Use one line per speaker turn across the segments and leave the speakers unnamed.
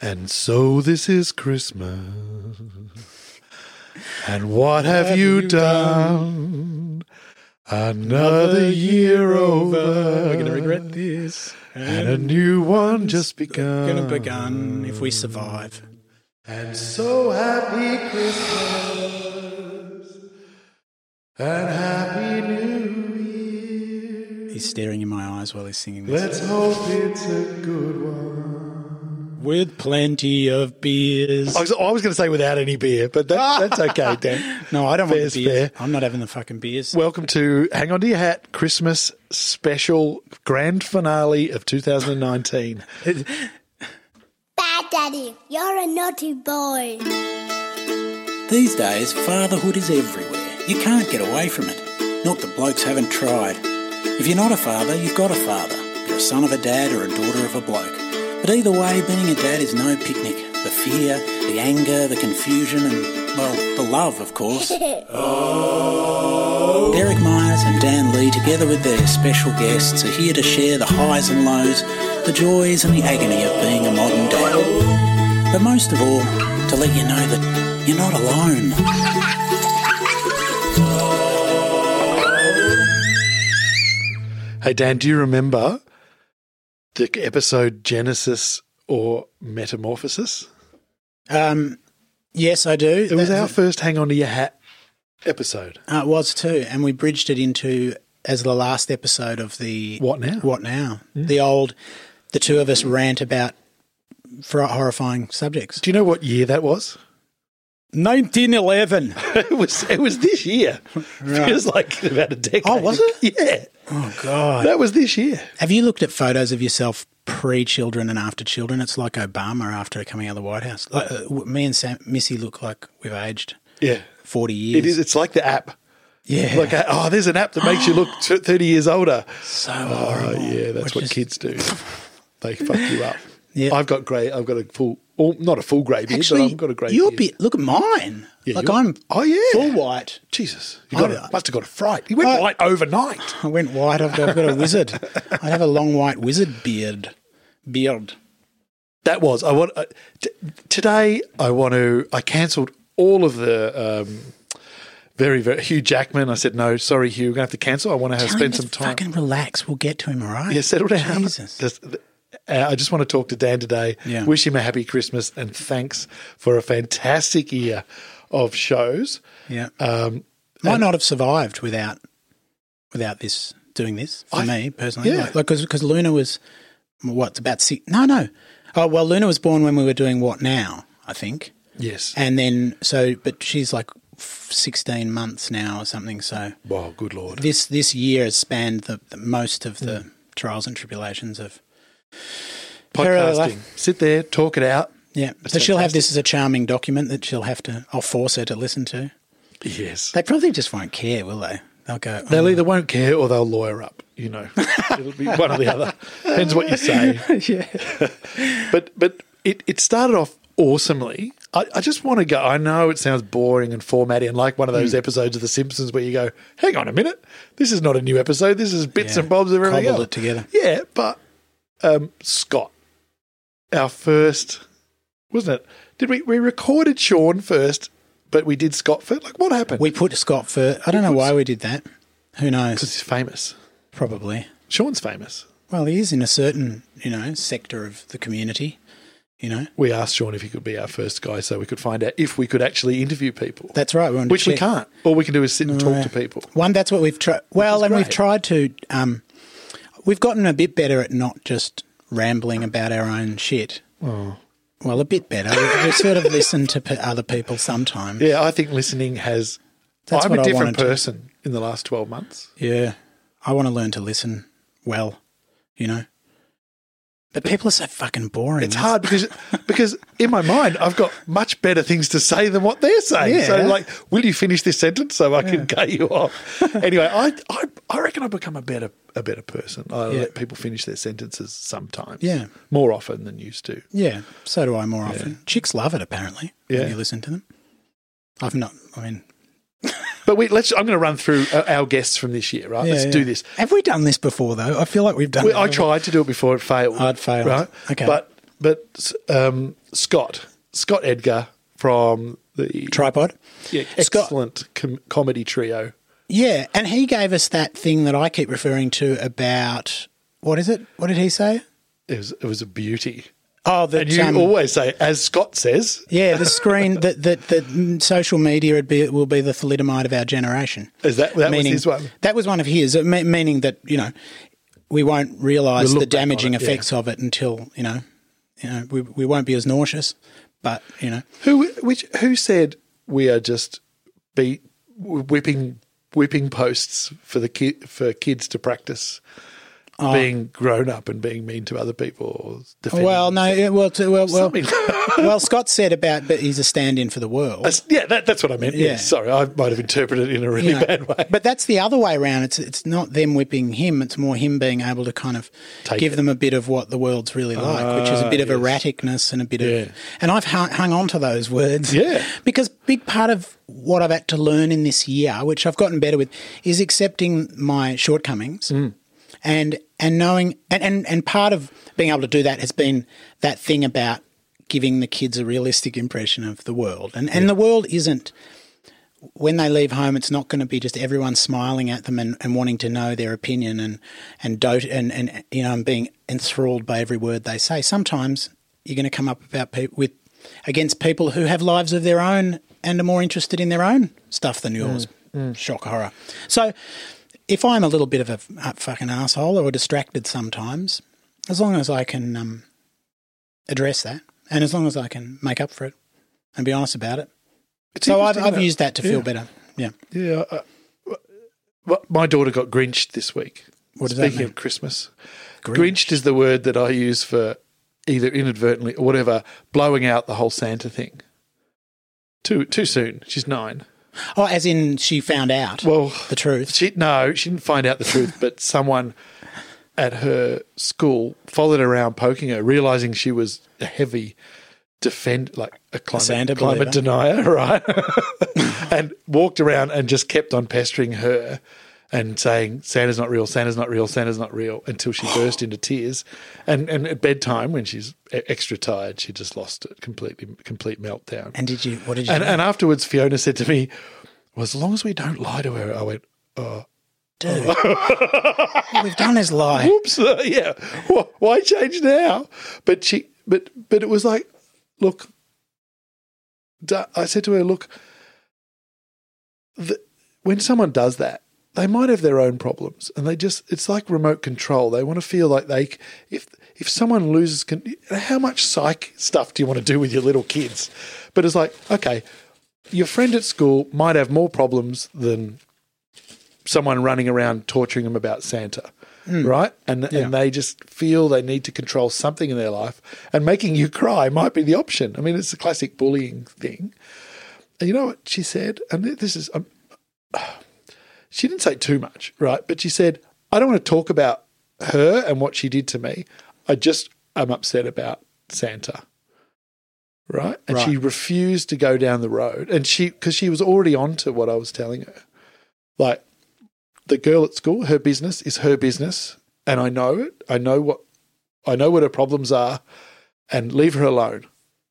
And so this is Christmas. And what have, you, done? Another year over.
We're going to regret this.
And a new one just begun.
Going to begun if we survive.
And so happy Christmas. And happy New Year.
He's staring in my eyes while he's singing this.
Let's hope it's a good one.
With plenty of beers.
I was, I was going to say without any beer, but that, that's okay, Dan.
No, I don't want
Fair's
the beers.
fair.
I'm not having the fucking beers.
Welcome to Hang On To Your Hat Christmas special grand finale of 2019.
Bad Daddy, you're a naughty boy.
These days, fatherhood is everywhere. You can't get away from it. Not that blokes haven't tried. If you're not a father, you've got a father. You're a son of a dad or a daughter of a bloke. But either way, being a dad is no picnic. The fear, the anger, the confusion, and, well, the love, of course. Derek Myers and Dan Lee, together with their special guests, are here to share the highs and lows, the joys and the agony of being a modern dad. But most of all, to let you know that you're not alone.
hey, Dan, do you remember the episode Genesis or Metamorphosis?
Um, yes, I do.
It was our first Hang On To Your Hat episode.
Uh, it was too, and we bridged it into as the last episode of the
What now?
What now? The old, the two of us rant about for horrifying subjects.
Do you know what year that was?
1911.
it was it was this year. Feels like about a decade.
Oh, was it?
Yeah,
oh God!
that was this year.
Have you looked at photos of yourself pre-children and after children? It's like Obama after coming out of the White House. Like, uh, w- me and Sam, Missy look like we've aged
Yeah,
40 years.
it is. It's like the app.
Yeah.
Like oh, there's an app that makes you look t- thirty years older.
so
Oh
horrible.
yeah, that's what
We're just-
kids do. They fuck you up.
Yeah.
I've got grey. I've got a full, oh, not a full grey beard,
Actually,
but I've got a grey
your
beard.
beard- Look at mine.
Yeah,
like
your-
I'm.
Oh, yeah. Oh,
Full white.
Jesus, you got
I-
a, must have got a fright. You went
I-
white overnight.
I went white. I've got, I've got a wizard. I'd have a long white wizard beard. Beard.
That was. I want uh, t- today. I want to. I cancelled all of the. Um, very, very Hugh Jackman. I said no, sorry, Hugh. We're gonna have to cancel. I want to have,
Tell him
spend
to
some time.
Fucking relax. We'll get to him, all right?
yeah, settle down.
Jesus.
Just- uh, I just want to talk to Dan today.
Yeah.
Wish him a happy Christmas and thanks for a fantastic year of shows.
Yeah.
Um,
Might not have survived without without this doing this for
I-
me personally.
yeah.
Like, because Luna was what about six? No, no. Oh well, Luna was born when we were doing what now? I think.
yes.
And then so, but she's like f- sixteen months now or something. So
Wow, good lord.
this this year has spanned the, the most of the trials and tribulations of
Hmm. Podcasting. Sit there, talk it out.
yeah. so she'll have this as a charming document that she'll have to. I'll force her to listen to.
Yes.
They probably just won't care, will they? They'll go. "Oh,
They'll either won't care or they'll lawyer up. You know, it'll be one or the other. Depends what you say.
yeah.
But but it, it started off awesomely. I, I just want to go. I know it sounds boring and formatty and like one of those
Hmm.
episodes of The Simpsons where you go, hang on a minute, this is not a new episode. This is bits
Yeah.
and bobs of everything
Cobbled
else.
it together.
Yeah, but um, Scott, our first, wasn't it? Did we we recorded Sean first, but we did Scott first? Like what happened?
We put Scott first. I don't know why we did that. Who
Because
knows?
he's famous.
Probably.
Sean's famous.
Well, he is in a certain, you know, sector of the community. You know,
We asked Sean if he could be our first guy so we could find out if we could actually interview people.
that's right. wanted to
which we
check-
can't. All we can do is sit and
Yeah.
talk to people.
One, that's what we've tried. Well,
is
and we've
great.
tried to. Um, we've gotten a bit better at not just rambling about our own shit.
Oh.
Well, a bit better. We, we sort of listen to p- other people sometimes.
Yeah, I think listening has.
That's
I'm
what
a
I
different
wanted to-
person in the last 12 months.
Yeah. I want to learn to listen well, you know. But people are so fucking boring.
It's hard because because in my mind I've got much better things to say than what they're saying. So
Yeah.
like, will you finish this sentence so I can cut you off? anyway, I, I I reckon I've become a better a better person. I
Yeah.
let people finish their sentences sometimes.
Yeah.
More often than used to.
Yeah, so do I more often. Chicks love it apparently.
Yeah.
When you listen to them. I've not I mean
But we let's I'm going to run through uh, our guests from this year, right?
yeah,
let's
yeah.
do this.
Have we done this before though? I feel like we've done
We,
it
I
before.
tried to do it before it failed.
I'd failed.
Right?
Okay.
But but um, Scott, Scott Edgar from the
Tripod.
yeah,
Scott-
excellent com- comedy trio.
Yeah, and he gave us that thing that I keep referring to about what is it? What did he say?
It was, it was a beauty.
Oh, the
And you always say, as Scott says,
yeah, the screen that that that mm, social media would be will be the thalidomide of our generation.
Is that- that was
meaning,
his one?
That was one of his. It me- meaning that you know we won't realise
We'll
the
look back on
damaging
it, yeah.
effects of it until you know you know we we won't be as nauseous, but you know
who which who said we are just be whipping whipping posts for the ki- for kids to practice
Oh.
being grown up and being mean to other people. Or defending
Well, no, yeah, well, t- well, well,
something.
well. Scott said about, but he's a stand-in for the world.
That's- yeah, that, that's what I meant. Yeah.
Yeah.
sorry, I might have interpreted it in a really
you know.
bad way.
But that's the other way around. It's it's not them whipping him. It's more him being able to kind of
Take
give
it. Oh,
them a bit of what the world's really like, which is a bit of erraticness and a bit
Yeah.
of. And I've hung, hung on to those words,
Yeah.
because big part of what I've had to learn in this year, which I've gotten better with, is accepting my shortcomings.
Mm.
And, and knowing and, and, and part of being able to do that has been that thing about giving the kids a realistic impression of the world. And and the world isn't when they leave home, it's not going to be just everyone smiling at them and, and wanting to know their opinion and and dote and, and you know and being enthralled by every word they say. Sometimes you're going to come up about pe- with against people who have lives of their own and are more interested in their own stuff than yours. Shock horror. So if I'm a little bit of a, f- a fucking asshole or distracted sometimes, as long as I can um, address that and as long as I can make up for it and be honest about it.
It's
So I've,
interesting
I've
that-
used that to feel
yeah.
better. Yeah.
Yeah. I, well, my daughter got grinched this week.
What does that
Speaking
mean?
of Christmas, grinched is the word that I use for either inadvertently or whatever, blowing out the whole Santa thing. Too too soon. She's nine.
Oh, as in she found out
Well,
the truth.
she no, she didn't find out the truth, but someone at her school followed her around poking her, realizing she was a heavy defend like a climate,
Santa
climate
believer.
denier, right? and walked around and just kept on pestering her and saying Santa's not real, Santa's not real, Santa's not real until she burst into tears. And and at bedtime when she's e- extra tired, she just lost it completely complete meltdown.
And did you? What did you?
And,
do?
and afterwards, Fiona said to me, "Well, as long as we don't lie to her," I went, "Oh,
Dude, all we've done is lie.
"Oops, uh, yeah, wh- why change now?" But she, but but it was like, look, d- I said to her, "Look, the, when someone does that." They might have their own problems, and they just—it's like remote control. They want to feel like they, c- if if someone loses, con- how much psych stuff do you want to do with your little kids? But it's like, okay, your friend at school might have more problems than someone running around torturing them about Santa, right? And and they just feel they need to control something in their life, and making you cry might be the option. I mean, it's a classic bullying thing. And you know what she said? And th- this is, um, she didn't say too much, right? But she said, I don't want to talk about her and what she did to me. I just am upset about Santa. Right. And she refused to go down the road. And she, because she was already on to what I was telling her. Like the girl at school, her business is her business. And I know it. I know what, I know what her problems are and leave her alone.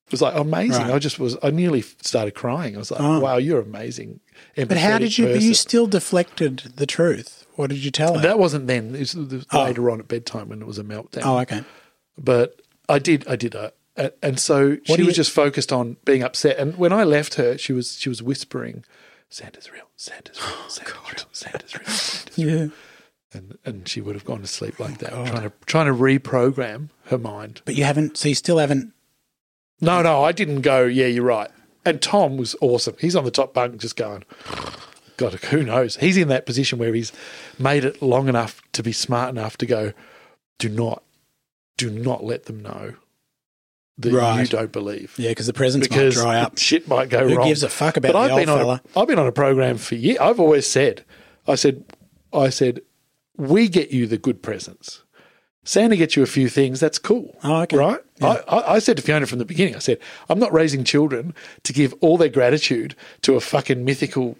It was like amazing.
Right.
I just was, I nearly started crying. I was like,
Oh.
wow, you're amazing.
But how did you? But
person.
you still deflected the truth. What did you tell her?
That wasn't then. It was, it was
Oh.
later on at bedtime when it was a meltdown.
oh, okay.
But I did. I did. Uh, a- and so she
do
was
you-
just focused on being upset. And when I left her, she was she was whispering, "Santa's real. Santa's
Oh,
real. Santa's real. Santa's real." Santa's real."
Yeah.
And and she would have gone to sleep like that, trying to trying to reprogram her mind.
But you haven't. So you still haven't.
No, no, I didn't go. Yeah, you're right. And Tom was awesome. He's on the top bunk, just going. God, who knows? He's in that position where he's made it long enough to be smart enough to go. Do not, do not let them know that you
Right.
don't believe
Yeah, because the presents might
because
dry up.
shit might go
Who
wrong.
gives a fuck about
But
the
I've
old
been on
fella?
A, I've been on a program for years. I've always said, I said, I said, we get you the good presents. Santa gets you a few things. That's cool.
Oh, okay.
Right? I, I, I said to Fiona from the beginning, I said, I'm not raising children to give all their gratitude to a fucking mythical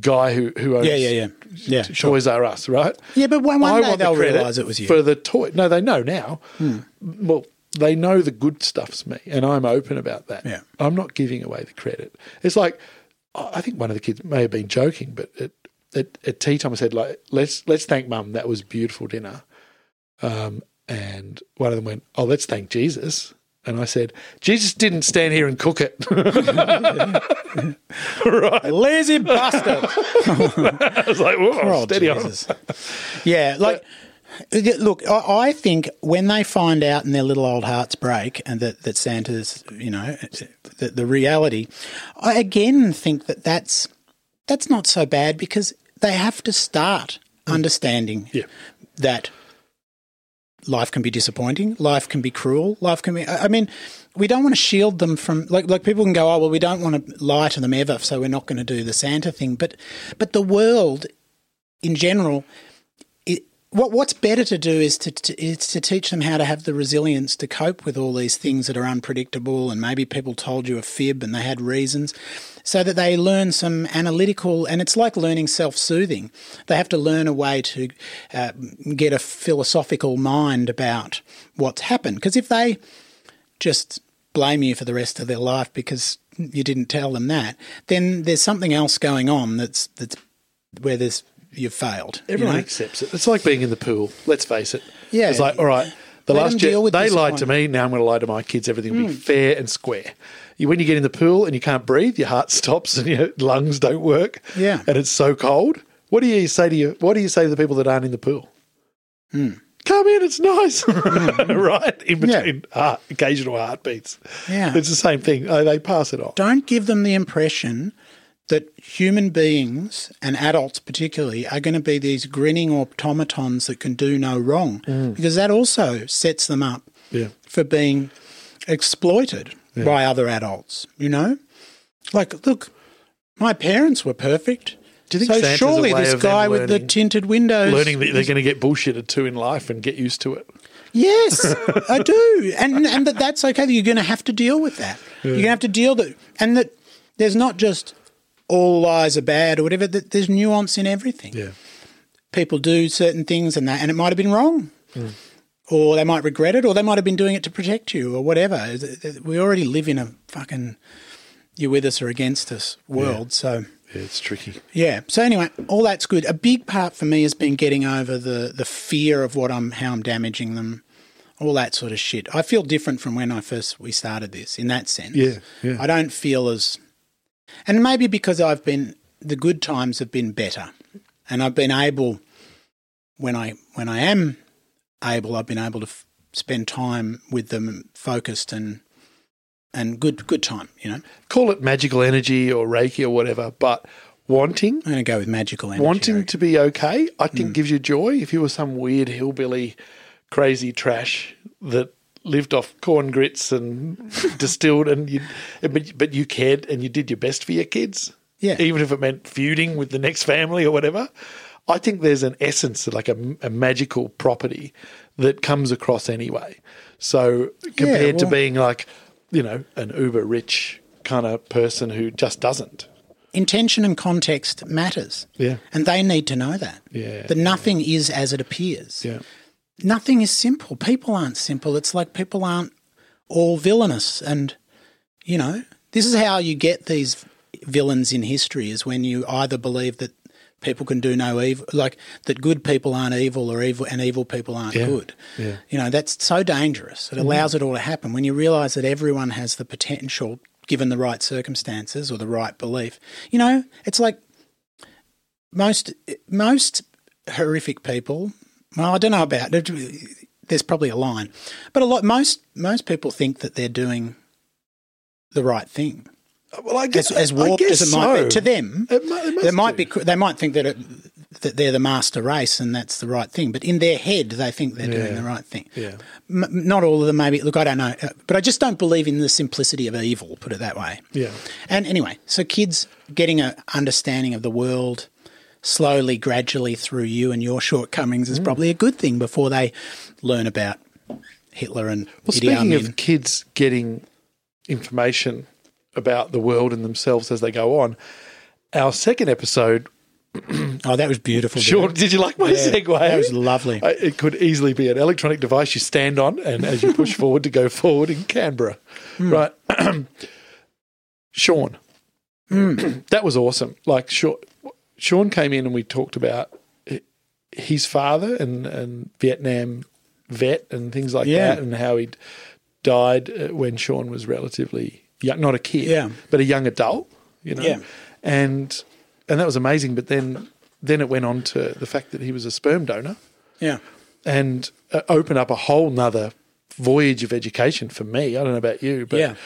guy who, who owns
Yeah, yeah, yeah, yeah.
Toys Are Us, right?
Yeah, but one,
I
one day
want the
they'll
credit
realise it was you. Hmm.
For the toy. No, they know now. Well, they know the good stuff's me, and I'm open about that.
Yeah.
I'm not giving away the credit. It's like I I think one of the kids may have been joking, but at, at, at tea time I said like let's let's thank mum. That was beautiful dinner. Um, and one of them went, oh, let's thank Jesus. And I said, Jesus didn't stand here and cook it. right.
Lazy bastard.
I was like, whoa,
Oh,
steady on.
Jesus. yeah, like, yeah, look, I, I think when they find out and their little old hearts break and that, that Santa's, you know, the, the reality, I again think that that's, that's not so bad because they have to start understanding
Mm. Yeah.
that life can be disappointing, life can be cruel, life can be. I I mean, we don't want to shield them from like like people can go, oh well, we don't want to lie to them ever, so we're not going to do the Santa thing. But but the world in general, it, what what's better to do is to, to is to teach them how to have the resilience to cope with all these things that are unpredictable, and maybe people told you a fib and they had reasons, so that they learn some analytical. And it's like learning self soothing. They have to learn a way to uh, get a philosophical mind about what's happened. Because if they just blame you for the rest of their life because you didn't tell them that, then there's something else going on that's that's where there's you've failed. you
Everyone
know?
accepts it. It's like being in the pool. Let's face it.
Yeah.
It's like, all right, the
Let them
last year
deal with Hmm.
they lied to me. Now I'm going to lie to my kids. Everything will be fair and square. You, when you get in the pool and you can't breathe, your heart stops and your lungs don't work.
Yeah.
And it's so cold. What do you say to you? What do you say to the people that aren't in the pool? Come in, it's nice, right? In
Hmm. Yeah.
between heart, occasional heartbeats.
Yeah.
It's the same thing. Uh, They pass it on.
don't give them the impression that human beings and adults particularly are going to be these grinning automatons that can do no wrong
Mm.
because that also sets them up
Yeah.
for being exploited by other adults you know like look my parents were perfect
Do you think
so
Santa's a
surely
way
this
of them
guy with the
learning-
tinted windows
Learning that they're going to get bullshitted too in life and get used to it.
Yes, I do, and and that that's okay. That you're going to have to deal with that. You're going to have to deal that, and that there's not just all lies are bad or whatever. That there's nuance in everything.
Yeah.
People do certain things, and that, and it might have been wrong,
Mm.
or they might regret it, or they might have been doing it to protect you, or whatever. We already live in a fucking you're with us or against us world, so.
Yeah, it's tricky.
Yeah. So anyway, all that's good. A big part for me has been getting over the the fear of what I'm how I'm damaging them, all that sort of shit. I feel different from when I first we started this in that sense.
Yeah, yeah.
I don't feel as, and maybe because I've been the good times have been better, and I've been able when I when I am able, I've been able to f- spend time with them focused and and good good time. You know,
call it magical energy or reiki or whatever, but wanting
I'm going to go with magical energy. Mm.
wanting to be okay, I think gives you joy. If you were some weird hillbilly, crazy trash that lived off corn grits and distilled, and you, but but you cared and you did your best for your kids,
Yeah.
even if it meant feuding with the next family or whatever. I think there's an essence, like a, a magical property that comes across anyway. So compared to
well-
being like, you know, an uber rich kind of person who just doesn't.
intention and context matters.
Yeah.
And they need to know that.
Yeah,
That nothing is as it appears.
Yeah.
Nothing is simple. People aren't simple. It's like people aren't all villainous and you know, this is how you get these villains in history is when you either believe that people can do no evil like that good people aren't evil or evil and evil people aren't
Yeah.
good.
Yeah. Mm.
You know, that's so dangerous. It allows it all to happen. When you realize that everyone has the potential, given the right circumstances or the right belief, you know, it's like most most horrific people. Well, I don't know about. There's probably a line, but a lot most most people think that they're doing the right thing.
Well, I
As,
guess
as
I
warped
guess
as it might
so.
be to them,
It mu- it must
they might
do.
be. They might think that it, that they're the master race and that's the right thing. But in their head, they think they're doing
Yeah.
the right thing.
Yeah.
M- not all of them, maybe. Look, I don't know, Uh, but I just don't believe in the simplicity of evil. Put it that way.
Yeah.
And anyway, so kids getting a understanding of the world slowly, gradually through you and your shortcomings
Mm.
is probably a good thing before they learn about Hitler and
Well,
Idi
speaking
Amin.
of kids getting information about the world and themselves as they go on, our second episode
Oh, that was beautiful.
Sure.
Derek.
Did you like my
Yeah,
segue?
That was lovely.
I- It could easily be an electronic device you stand on, and as you push forward to go forward in Canberra.
Hmm.
Right. Sean.
Hmm.
that was awesome. Like, Sean, Sean came in and we talked about hi- his father and, and Vietnam vet and things like
Yeah.
that, and how he died uh, when Sean was relatively young, not a kid,
Yeah.
but a young adult, you know.
Yeah.
And and that was amazing. But then then it went on to the fact that he was a sperm donor
Yeah.
and uh, opened up a whole nother voyage of education for me. I don't know about you, but
Yeah.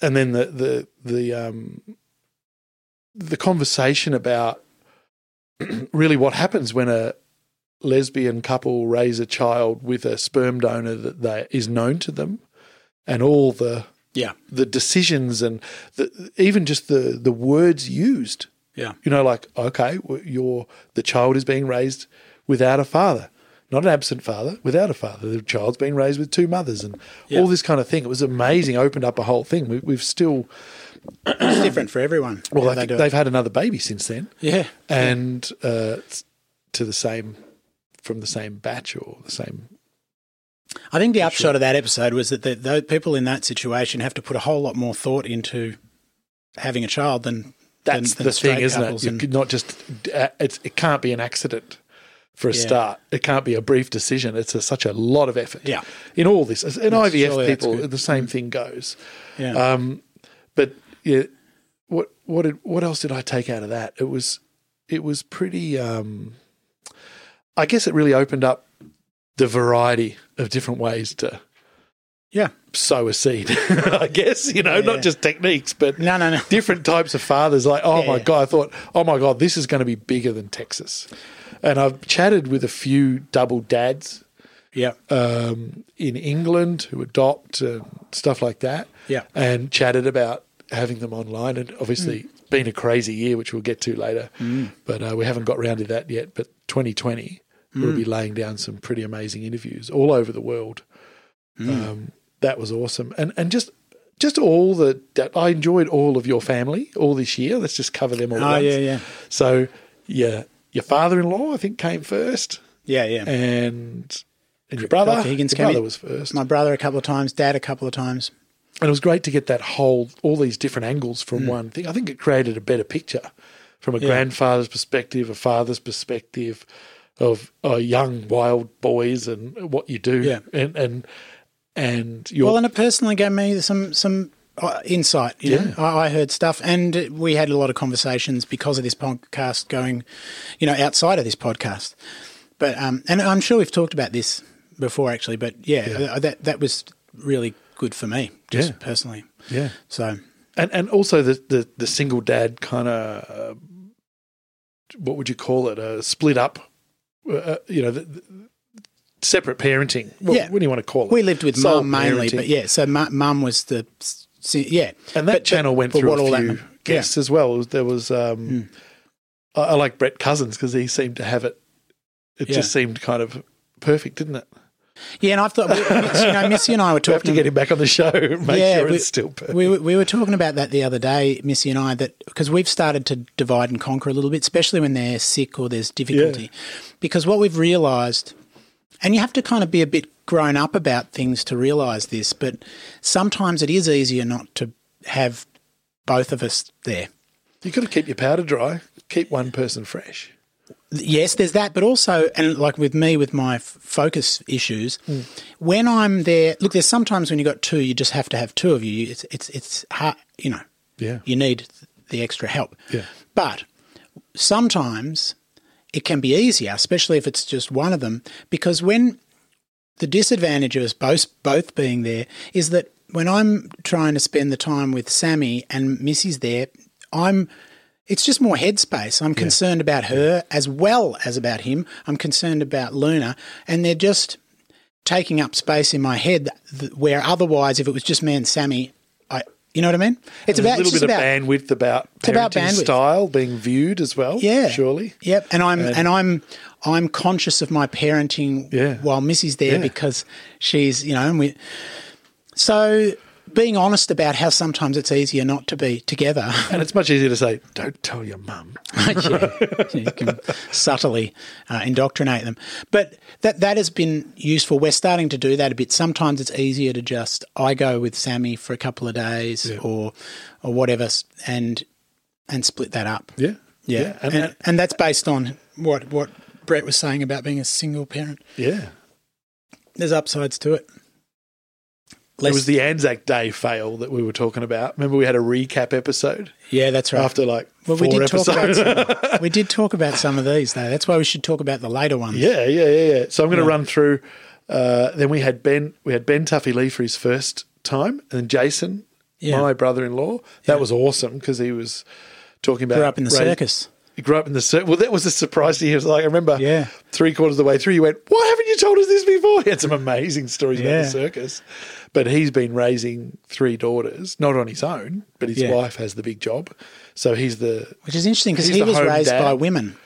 and then the the the um the conversation about really what happens when a lesbian couple raise a child with a sperm donor that they, is known to them and all the
Yeah.
the decisions and the, even just the the words used.
Yeah.
You know, like okay, well, your the child is being raised without a father, not an absent father, without a father. The child's being raised with two mothers, and
Yeah.
all this kind of thing. It was amazing. Opened up a whole thing. We, we've still
It's different for everyone.
well,
how
I
they
think
do it.
they've had another baby since then,
Yeah.
and uh, it's to the same from the same batch or the same.
I think the upshot of that episode was that the, the people in that situation have to put a whole lot more thought into having a child than
That's
than, than
the
straight
thing, isn't
couples
it? You
and-
could not just uh, it's, it can't be an accident for a
Yeah.
start. It can't be a brief decision. It's a, such a lot of effort.
Yeah.
in all this, in IVF
surely that's
people,
good.
the same thing goes.
yeah.
Um, but yeah, what what did what else did I take out of that? It was it was pretty. Um, I guess it really opened up the variety of different ways to
yeah.
sow a seed. I guess you know,
Yeah,
not
yeah.
just techniques, but
No, no, no.
different types of fathers. Like, oh
Yeah,
my
yeah.
god, I thought, oh my god, this is going to be bigger than Texas. And I've chatted with a few double dads
Yeah.
um, in England who adopt and stuff like that.
Yeah.
And chatted about having them online. And obviously, it's
Mm.
been a crazy year, which we'll get to later. But uh, we haven't got round to that yet. But 2020, we'll
Mm.
be laying down some pretty amazing interviews all over the world.
Mm.
Um, that was awesome. And, and just. Just all the that I enjoyed all of your family all this year. Let's just cover them all.
Oh,
once.
yeah, yeah.
So, yeah, your father-in-law I think came first
Yeah, yeah.
and and your brother.
Dr. Higgins
your
came
brother
in.
was first,
My brother a couple of times, dad a couple of times.
and it was great to get that whole all these different angles from
Mm.
one thing. I think it created a better picture from a grandfather's perspective, a father's perspective, of uh, young wild boys and what you do,
Yeah.
and and and your
Well, and it personally gave me some some uh, insight. You
Yeah.
know? I, I heard stuff, and we had a lot of conversations because of this podcast going, you know, outside of this podcast. But um, and I'm sure we've talked about this before, actually. But yeah, th- that that was really good for me, just
Yeah.
personally.
yeah,
So
and and also the the, the single dad kind of uh, what would you call it? A split up, uh, you know. The, the, Separate parenting. What,
Yeah.
what do you want to call it?
we lived with
Sole
mum mainly,
parenting.
but yeah, so mu- mum was the s- s- yeah,
And that
But- but-
channel went
but
through
what all
a
that
few
meant- yeah. Hmm.
guests as well. There was, um, I, I like Brett Cousins because he seemed to have it. It
Yeah.
just seemed kind of perfect, didn't it?
yeah. And I've thought, you know, Missy and I were
We have
talking
to get him back on the show. and Make sure
we,
it's still perfect.
we, were- we were talking about that the other day, Missy and I, that because we've started to divide and conquer a little bit, especially when they're sick or there's difficulty. Because what we've realised, and you have to kind of be a bit grown up about things to realise this, but sometimes it is easier not to have both of us there.
You've got to keep your powder dry. Keep one person fresh.
yes, there's that, but also, and like with me with my f- focus issues,
Mm.
when I'm there, look, there's sometimes when you got two, you just have to have two of you. You- It's it's it's hard, you know.
Yeah.
you need the extra help.
Yeah.
but sometimes it can be easier, especially if it's just one of them, because when the disadvantage of us both both being there is that when I'm trying to spend the time with Sammy and Missy's there, I'm it's just more headspace. I'm concerned about her as well as about him. I'm concerned about Luna, and they're just taking up space in my head th- where otherwise, if it was just me and Sammy, I you know what I mean? It's
There's
about
a little
it's
bit
just
of
about
bandwidth about parenting
about bandwidth.
style being viewed as well.
yeah,
surely.
Yep, and I'm and, I'm I'm conscious of my parenting
Yeah.
while Missy's there
Yeah.
because she's you know and we so. being honest about how sometimes it's easier not to be together.
And it's much easier to say, don't tell your mum.
yeah, you can subtly uh, indoctrinate them. But that that has been useful. We're starting to do that a bit. Sometimes it's easier to just I go with Sammy for a couple of days or or whatever, s- and and split that up.
Yeah.
yeah,
And,
and, and, that's based on what what Brett was saying about being a single parent.
yeah.
There's upsides to it.
It
Less-
was the Anzac Day fail that we were talking about. Remember, we had a recap episode
yeah, that's right.
after like
Well,
four
we did
episodes.
talk about some, we did talk about some of these though. That's why we should talk about the later ones.
Yeah, yeah, yeah, yeah. So I'm going to run through. Uh, then we had Ben. We had Ben Tuffy Lee for his first time, and then Jason,
Yeah.
my brother-in-law. That was awesome because he was talking about
Grew up in the
ra-
circus.
He grew up in the circus. Well, that was a surprise to you. It was like I remember.
Yeah.
Three quarters of the way through, you went, "Why haven't you told us this before?" He had some amazing stories about
Yeah.
the circus. But he's been raising three daughters, not on his own, but his
Yeah.
wife has the big job, so he's the
Which is interesting because
He's
he
the
was
home
raised
dad.
by women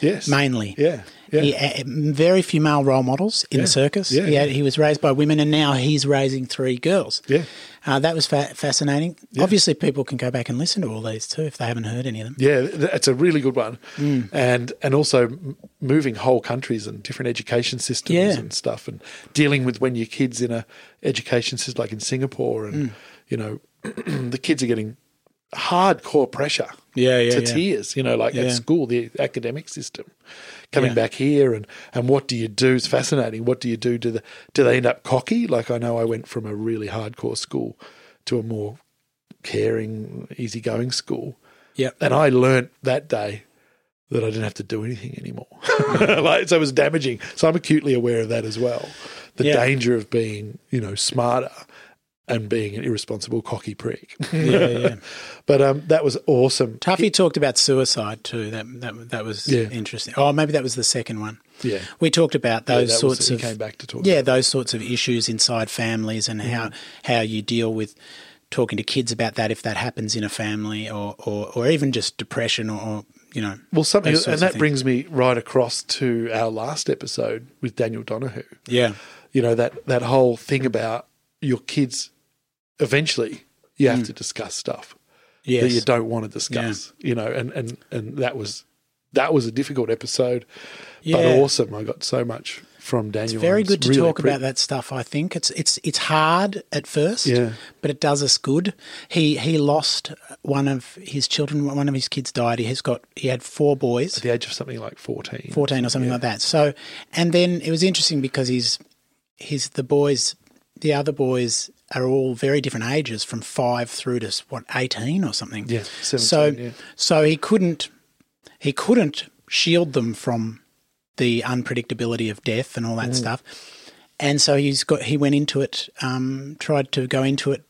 yes
mainly.
Yeah, yeah.
He, uh, very few male role models in the circus.
yeah,
he, had-
yeah.
he was raised by women, and now he's raising three girls.
Yeah.
uh, that was fa- fascinating. Obviously, people can go back and listen to all these too if they haven't heard any of them.
Yeah, th- that's a really good one,
Mm.
and and also m- moving whole countries and different education systems
Yeah.
and stuff, and dealing with when your kids in a education system like in Singapore,
Mm.
and you know, the kids are getting hardcore pressure,
Yeah, yeah,
to
yeah.
tears, you know, like
Yeah.
at school the academic system, coming
Yeah.
back here and and what do you do is fascinating. What do you do? Do the do they end up cocky? Like I know I went from a really hardcore school to a more caring, easygoing school.
Yep.
And I learnt that day that I didn't have to do anything anymore. like, so it was damaging. So I'm acutely aware of that as well. The
Yeah.
danger of being, you know, smarter and being an irresponsible, cocky prick.
yeah, yeah.
but um, that was awesome.
Tuffy talked about suicide too. That that, that was
Yeah.
interesting. Oh, maybe that was the second one.
Yeah.
We talked about
Yeah,
those
that was-
sorts
he
of
came back to talk.
yeah, those sorts of issues inside families and how
Mm-hmm.
how you deal with talking to kids about that if that happens in a family or or, or even just depression or, or you know
Well, something,
those sorts
and
of
that
things.
brings me right across to our last episode with Daniel Donahue.
yeah
you know that that whole thing about your kids eventually you
Mm.
have to discuss stuff that
Yes.
you don't want to discuss you know and and and that was that was a difficult episode
Yeah.
but awesome i got so much from daniel
It's very
and
good to
really
talk
quick.
about that stuff. I think it's it's it's hard at first,
Yeah.
but it does us good. He he lost one of his children. One of his kids died. He has got he had four boys.
at the age of something like 14
14 or something like that. So, and then it was interesting because he's, he's the boys, the other boys are all very different ages from five through to what, 18 or something.
Yeah, 17,
so,
yeah.
so he couldn't, he couldn't shield them from the unpredictability of death and all
Mm.
that stuff. And so he's got, he went into it, um, tried to go into it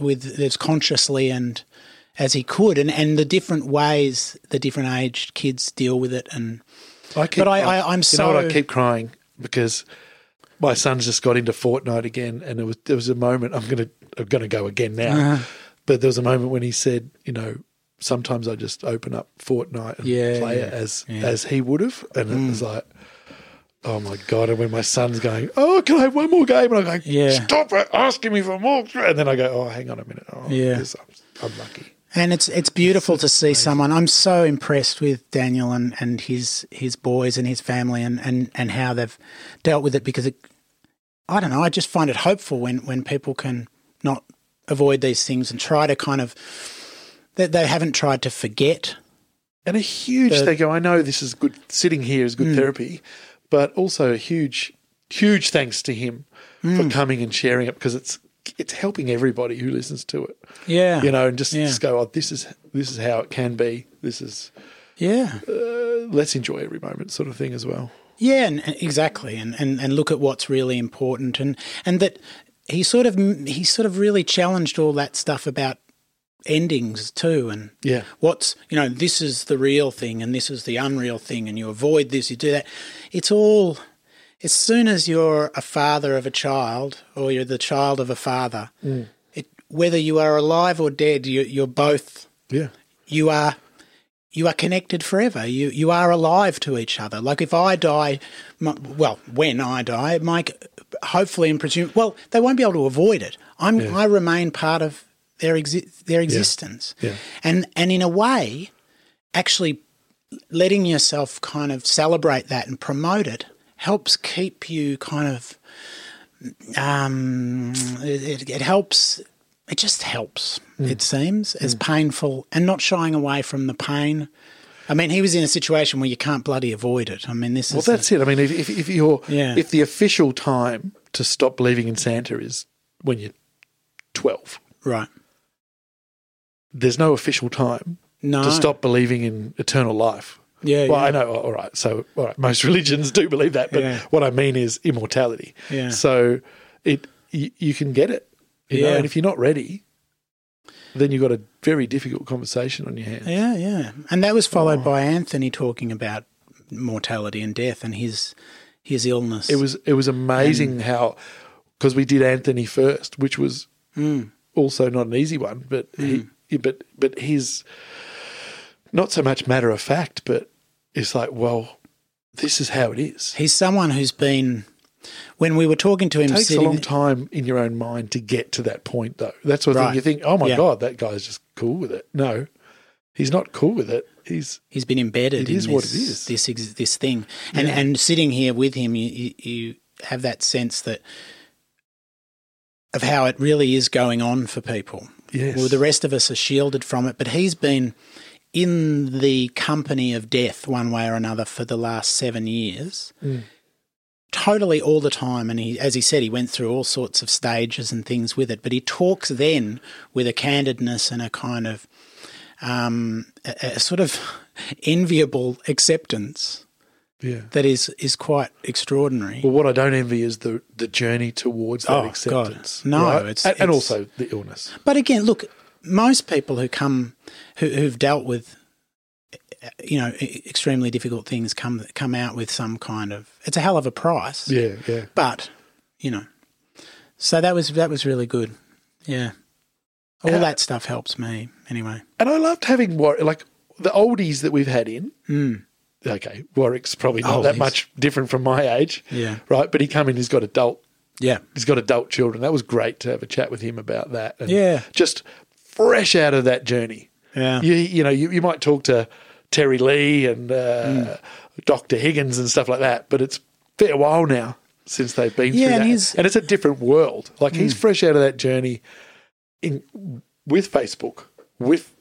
with as consciously and as he could, and, and the different ways the different aged kids deal with it, and
I keep,
But I- I- I'm
you know what, I
so-
keep crying because my son's just got into Fortnite again, and there was there was a moment I'm gonna I'm gonna go again now,
Uh-huh.
but there was a moment when he said, you know, sometimes I just open up Fortnite and
Yeah,
play it
yeah,
as
yeah. Mm.
as he would have, and it was like. Oh my god! And when my son's going, oh, can I have one more game? And I go,
Yeah.
stop it, asking me for more. And then I go, oh, hang on a minute. Oh,
Yeah.
this- I'm, I'm lucky.
and it's it's beautiful to see someone. I'm so impressed with Daniel and, and his his boys and his family and, and, and how they've dealt with it because it, I don't know. I just find it hopeful when when people can not avoid these things and try to kind of that they haven't tried to forget.
And a huge
The-
thank you. I know this is good. Sitting here is
Mm.
good therapy, but also a huge, huge thanks to him
Mm.
for coming and sharing it because it's it's helping everybody who listens to it.
Yeah,
You know, and just,
Yeah.
just go. Oh, this is this is how it can be. This is uh,
yeah.
let's enjoy every moment, sort of thing as well.
Yeah, and, and- exactly, and, and and look at what's really important, and and that he sort of he sort of really challenged all that stuff about endings too, and
Yeah.
what's you know this is the real thing and this is the unreal thing, and you avoid this, you do that. It's all as soon as you're a father of a child or you're the child of a father, it, whether you are alive or dead, you, you're both
Yeah.
you are you are connected forever. You you are alive to each other. Like if I die, my, well, when I die, Mike, hopefully and presume, well, they won't be able to avoid it. I'm I remain part of their exi- their existence,
Yeah.
and and in a way, actually letting yourself kind of celebrate that and promote it helps keep you kind of um it, it- it helps it just helps
Hmm.
it seems it's painful and not shying away from the pain i mean he was in a situation where you can't bloody avoid it i mean this
Well,
is a-
that's it. I mean, if, if, if you're
Yeah.
if the official time to stop believing in Santa is when you're twelve,
right
there's no official time
no
to stop believing in eternal life.
yeah
Well, I
yeah.
know. All right. So, all right. Most religions do believe that, but
Yeah.
what I mean is immortality.
Yeah.
So, it you, you can get it, you know.
Yeah.
And if you're not ready, then you've got a very difficult conversation on your hands.
yeah yeah and that was
Oh.
followed by anthony talking about mortality and death and his his illness
It was it was amazing how because we did Anthony first, which was
Hmm.
also not an easy one, but he, but but his not so much matter of fact, but it's like, well, this is how it is.
he's someone who's been when we were talking to him
It takes a
sitting-
long time in your own mind to get to that point, though. That's what
Right.
thing you think. Oh my
Yeah.
god, that guy's just cool with it. No, he's not cool with it. He's
He's been embedded
It
in
is
this,
what it is.
this ex- this thing, and and sitting here with him, you, you you have that sense that of how it really is going on for people.
Yes.
Well, the rest of us are shielded from it, but he's been in the company of death one way or another for the last seven years. Totally all the time, and he, as he said, he went through all sorts of stages and things with it. But he talks then with a candidness and a kind of um, a, a sort of enviable acceptance
yeah.
that is is quite extraordinary.
Well, what I don't envy is the the journey towards that
Oh, God.
acceptance.
No,
right?
it's-
and, and
it's-
also the illness.
But again, look, most people who come who, who've dealt with uh, you know e- extremely difficult things come come out with some kind of it's a hell of a price.
Yeah, yeah.
But you know, so that was that was really good. Yeah, all
Yeah.
that stuff helps me anyway.
And I loved having Warwick, like the oldies that we've had in.
Mm.
Okay, Warwick's probably not
Oh,
that
he's-
much different from my age,
Yeah,
right? But he come in, he's got adult,
yeah,
he's got adult children. That was great to have a chat with him about that. And
Yeah.
just fresh out of that journey.
yeah,
You, you know, you, you might talk to Terry Lee and uh,
Mm.
Doctor Higgins and stuff like that, but it's been a while now since they've been
Yeah,
through
and
that,
he's- Mm.
and it's a different world. Like he's fresh out of that journey in with Facebook, with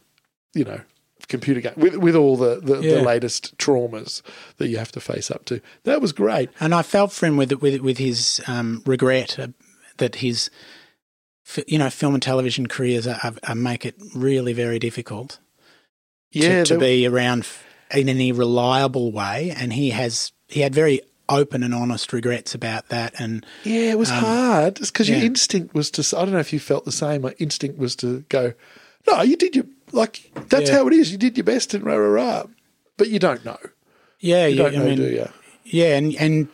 you know, computer game, with with all the the,
Yeah.
the latest traumas that you have to face up to. That was great.
And I felt for him with with with his um, regret uh, that his f- you know film and television careers are, are, are make it really very difficult
Yeah,
to, to
there-
be around f- in any reliable way. And he has he had very open and honest regrets about that. And
Yeah, it was hard because your
Um, yeah.
instinct was to. I don't know if you felt the same. My instinct was to go, no, you did your like. That's
Yeah.
how it is. You did your best and rah rah rah, but you don't know.
yeah,
You don't
I
know,
mean,
do you?
Yeah, and and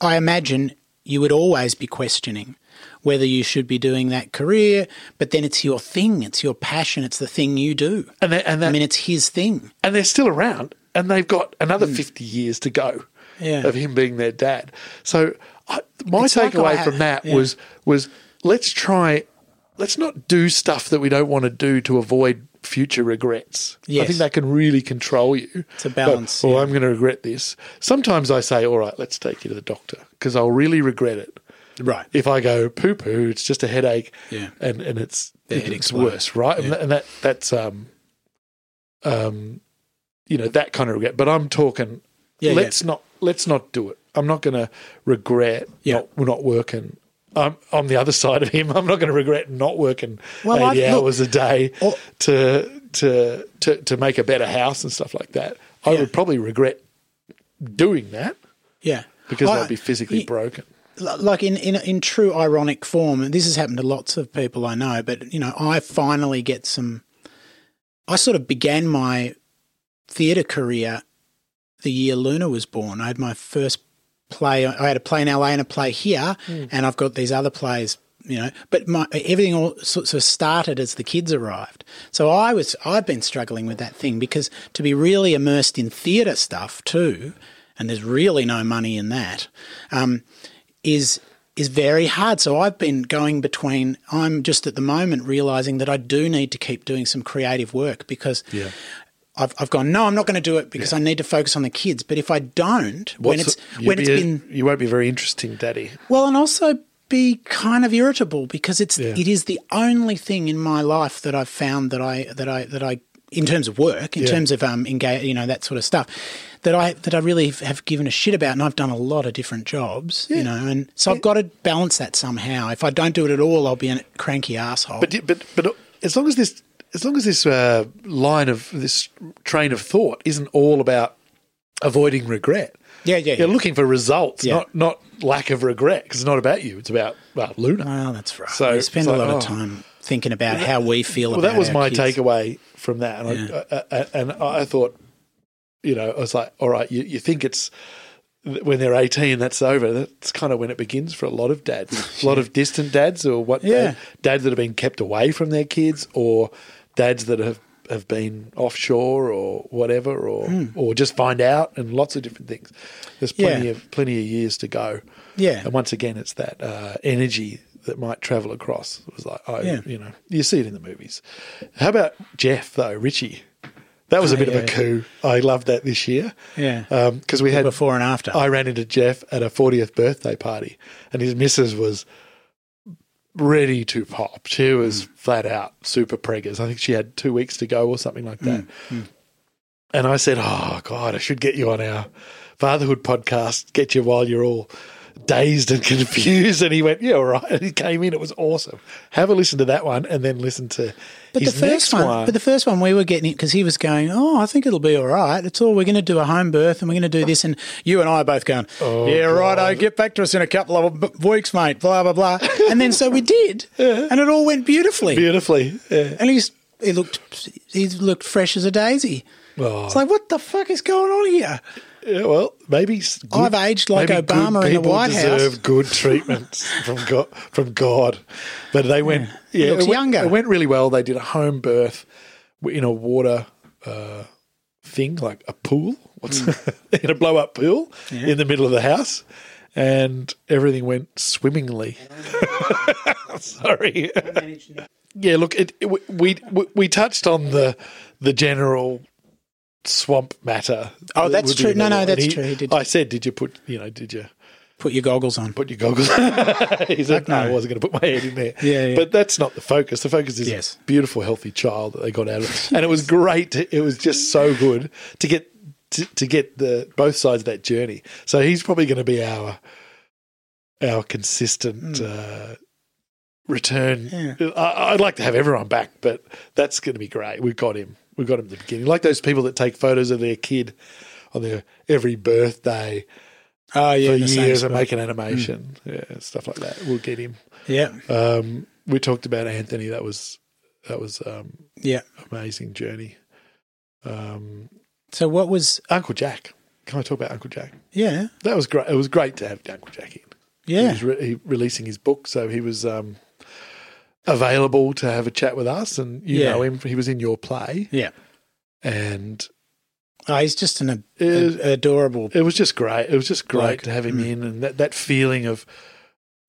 I imagine you would always be questioning whether you should be doing that career, but then it's your thing, it's your passion, it's the thing you do.
And they, and that,
I mean, it's his thing.
and they're still around, and they've got another fifty years to go
Hmm. Yeah.
of him being their dad. So I, my
It's like
takeaway
I-
from that
yeah.
was was let's try, let's not do stuff that we don't want to do to avoid future regrets. I
Yes.
think that can really control you.
It's a balance,
Well,
yeah.
I'm going to regret this. Sometimes I say, all right, let's take you to the doctor because I'll really regret it.
Right.
If I go poo poo, it's just a headache,
Yeah.
and and it's
The
it's
headache's
worse, right? And, that, and that that's um um you know that kind of regret. But I'm talking
Yeah, yeah.
let's not let's not do it. I'm not going to regret
Yeah.
not we're not working. I'm on the other side of him. I'm not going to regret not working
Well, I-
80
look-
hours a day
Oh.
to, to to to make a better house and stuff like that. I
Yeah.
would probably regret doing that
Yeah.
because
I-
I'd be physically
y-
broken.
L- Like in, in in true ironic form, and this has happened to lots of people I know, but you know, I finally get some I sort of began my theatre career the year Luna was born. I had my first play I had a play in LA and a play here, and I've got these other plays you know. But my, everything all sort of started as the kids arrived. So I was I've been struggling with that thing because to be really immersed in theatre stuff too, and there's really no money in that, um, is is very hard. So I've been going between. I'm just at the moment realizing that I do need to keep doing some creative work because.
Yeah.
I've, I've gone. No, I'm not going to do it because I need to focus on the kids. But if I don't, when it's
What's- you'll
when it's
be a-
been
you won't be very interesting, Daddy.
well, and also be kind of irritable because it's
Yeah.
it is the only thing in my life that I've found that I that I that I in terms of work, in
Yeah.
terms of um engage, you know that sort of stuff that I that I really have given a shit about, and I've done a lot of different jobs, you know, and so I've got to balance that somehow. If I don't do it at all, I'll be a cranky asshole.
But but but as long as this as long as this uh, line of this train of thought isn't all about avoiding regret.
Yeah, yeah,
You're
yeah.
looking for results,
Yeah.
not not lack of regret, because it's not about you. It's about well, Luna.
well, that's right.
So
we spend
it's
a
like,
lot of
oh.
time thinking about how we feel.
well,
about
that was
our
my
kids.
takeaway from that, and, I, I, I, and I thought, you know, I was like, all right, you, you think it's when they're 18 that's over that's kind of when it begins for a lot of dads a lot of distant dads or what uh,
Yeah.
dads that have been kept away from their kids or dads that have have been offshore or whatever or or just find out and lots of different things there's plenty
Hmm. Yeah.
of plenty of years to go
Yeah.
and once again it's that uh, energy that might travel across it was like oh
Yeah.
you know you see it in the movies how about jeff though richie that was a
Oh,
bit of
yeah.
a coup i loved that this year
Yeah.
because we had
before and after.
Uh, I ran into Jeff at a 40th birthday party, and his missus was ready to pop. She was flat out super preggers. I think she had two weeks to go or something like that. And I said, "Oh God, I should get you on our fatherhood podcast. Get you while you're all." Dazed and confused, and he went, "Yeah, all right." And he came in; it was awesome. Have a listen to that one, and then listen to
But
his
the first
next
one, but the first one we were getting it because he was going, oh, I think it'll be all right. It's all we're going to do a home birth and we're going to do this, and you and I are both going,
Oh,
yeah, right. I get back to us in a couple of b- weeks, mate. Blah blah blah. and then so we did, and it all went beautifully.
beautifully. Yeah.
and he's he looked he looked fresh as a daisy.
Oh.
It's like what the fuck is going on here?
Yeah, well, maybe s- good-
I've aged like
maybe
Obama
good
in the
people
White House.
Deserve good treatments from God, from God, but they went. Yeah,
looks
it went,
younger.
It went really well. They did a home birth in a water uh, thing, like a pool, what's
Hmm.
in a blow up pool in the middle of the house, and everything went swimmingly. Sorry. yeah, look, it, it, we, we we touched on the the general swamp matter.
Oh,
that
that's
would be
true. No,
involved.
no, that's
And
true. He did.
I said, did you put, you know, did you
Put your goggles on.
put your goggles? he said, no, I wasn't going to put my head in there.
Yeah, yeah.
But that's not the focus. The focus is
Yes.
a beautiful, healthy child that they got out of it, and it was great. to- It was just so good to get to, to get the both sides of that journey. So he's probably going to be our our consistent.
Hmm.
Uh, Return. I, I'd like to have everyone back, but that's going to be great. We've got him. We've got him at the beginning. Like those people that take photos of their kid on their every birthday
Oh yeah,
for
in the same Mm.
years and
spot.
make an animation, yeah, stuff like that. We'll get him.
yeah,
Um, we talked about Anthony. That was that was um,
yeah.
amazing journey. Um,
So what was
Uncle Jack. Can I talk about Uncle Jack?
yeah
That was great. It was great to have Uncle Jack in. He
yeah
was re- he, releasing his book, so he was um, available to have a chat with us. And you
Yeah.
know him. He was in your play,
yeah.
and
Oh, he's just an, ad-
Is-
adorable.
it was just great. It was just great
Like, mm.
to have him in, and that that feeling of,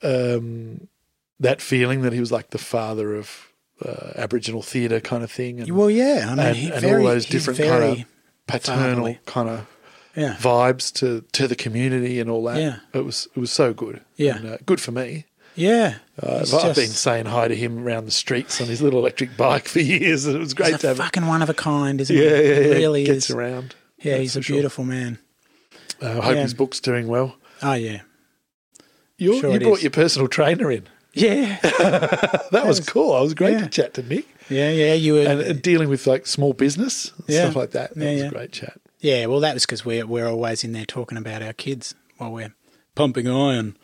um, that feeling that he was like the father of uh, Aboriginal theatre kind of thing, and,
Well, yeah. I mean,
and,
he
and
very,
all those
he
different
very,
kind of paternal
fatherly.
kind of
yeah.
vibes to to the community and all that.
Yeah.
It was it was so good.
Yeah.
and, uh, good for me.
Yeah.
Uh,
He's
I've been
just-
saying hi to him around the streets on his little electric bike for years, and it was great
he's
to
a
have. him.
fucking one of a kind, isn't
Yeah,
he?
yeah, yeah.
He really
gets
is.
around.
Yeah,
that's
he's
for
a
sure.
beautiful man.
Uh, I hope
Yeah.
his book's doing well.
Oh yeah.
You're,
Sure
you
it
brought
is.
your personal trainer in.
Yeah.
that was cool. I was great
yeah.
to chat to Nick
yeah, yeah. You were
and, and dealing with like small business and
Yeah.
stuff like that. That
Yeah,
was
yeah.
a great chat.
Yeah, well that was because we're we're always in there talking about our kids while we're pumping iron.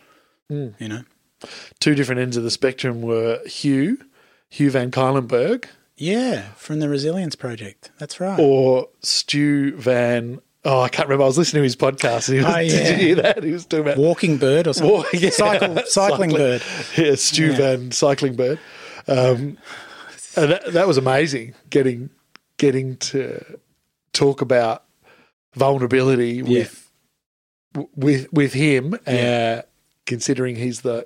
Hmm.
You know?
Two different ends of the spectrum were Hugh, Hugh van Kylenberg,
Yeah, from the Resilience Project. That's right.
or Stu van Oh, I can't remember. I was listening to his podcast. And he was,
Oh,
Did
yeah.
you hear that? He was talking about
Walking bird or something.
Walk- yeah.
Cycle, cycling, bird.
Yeah, Stu Van Cycling Bird. Um, and that, that was amazing getting getting to talk about vulnerability with with with him.
Yeah.
Uh, considering he's the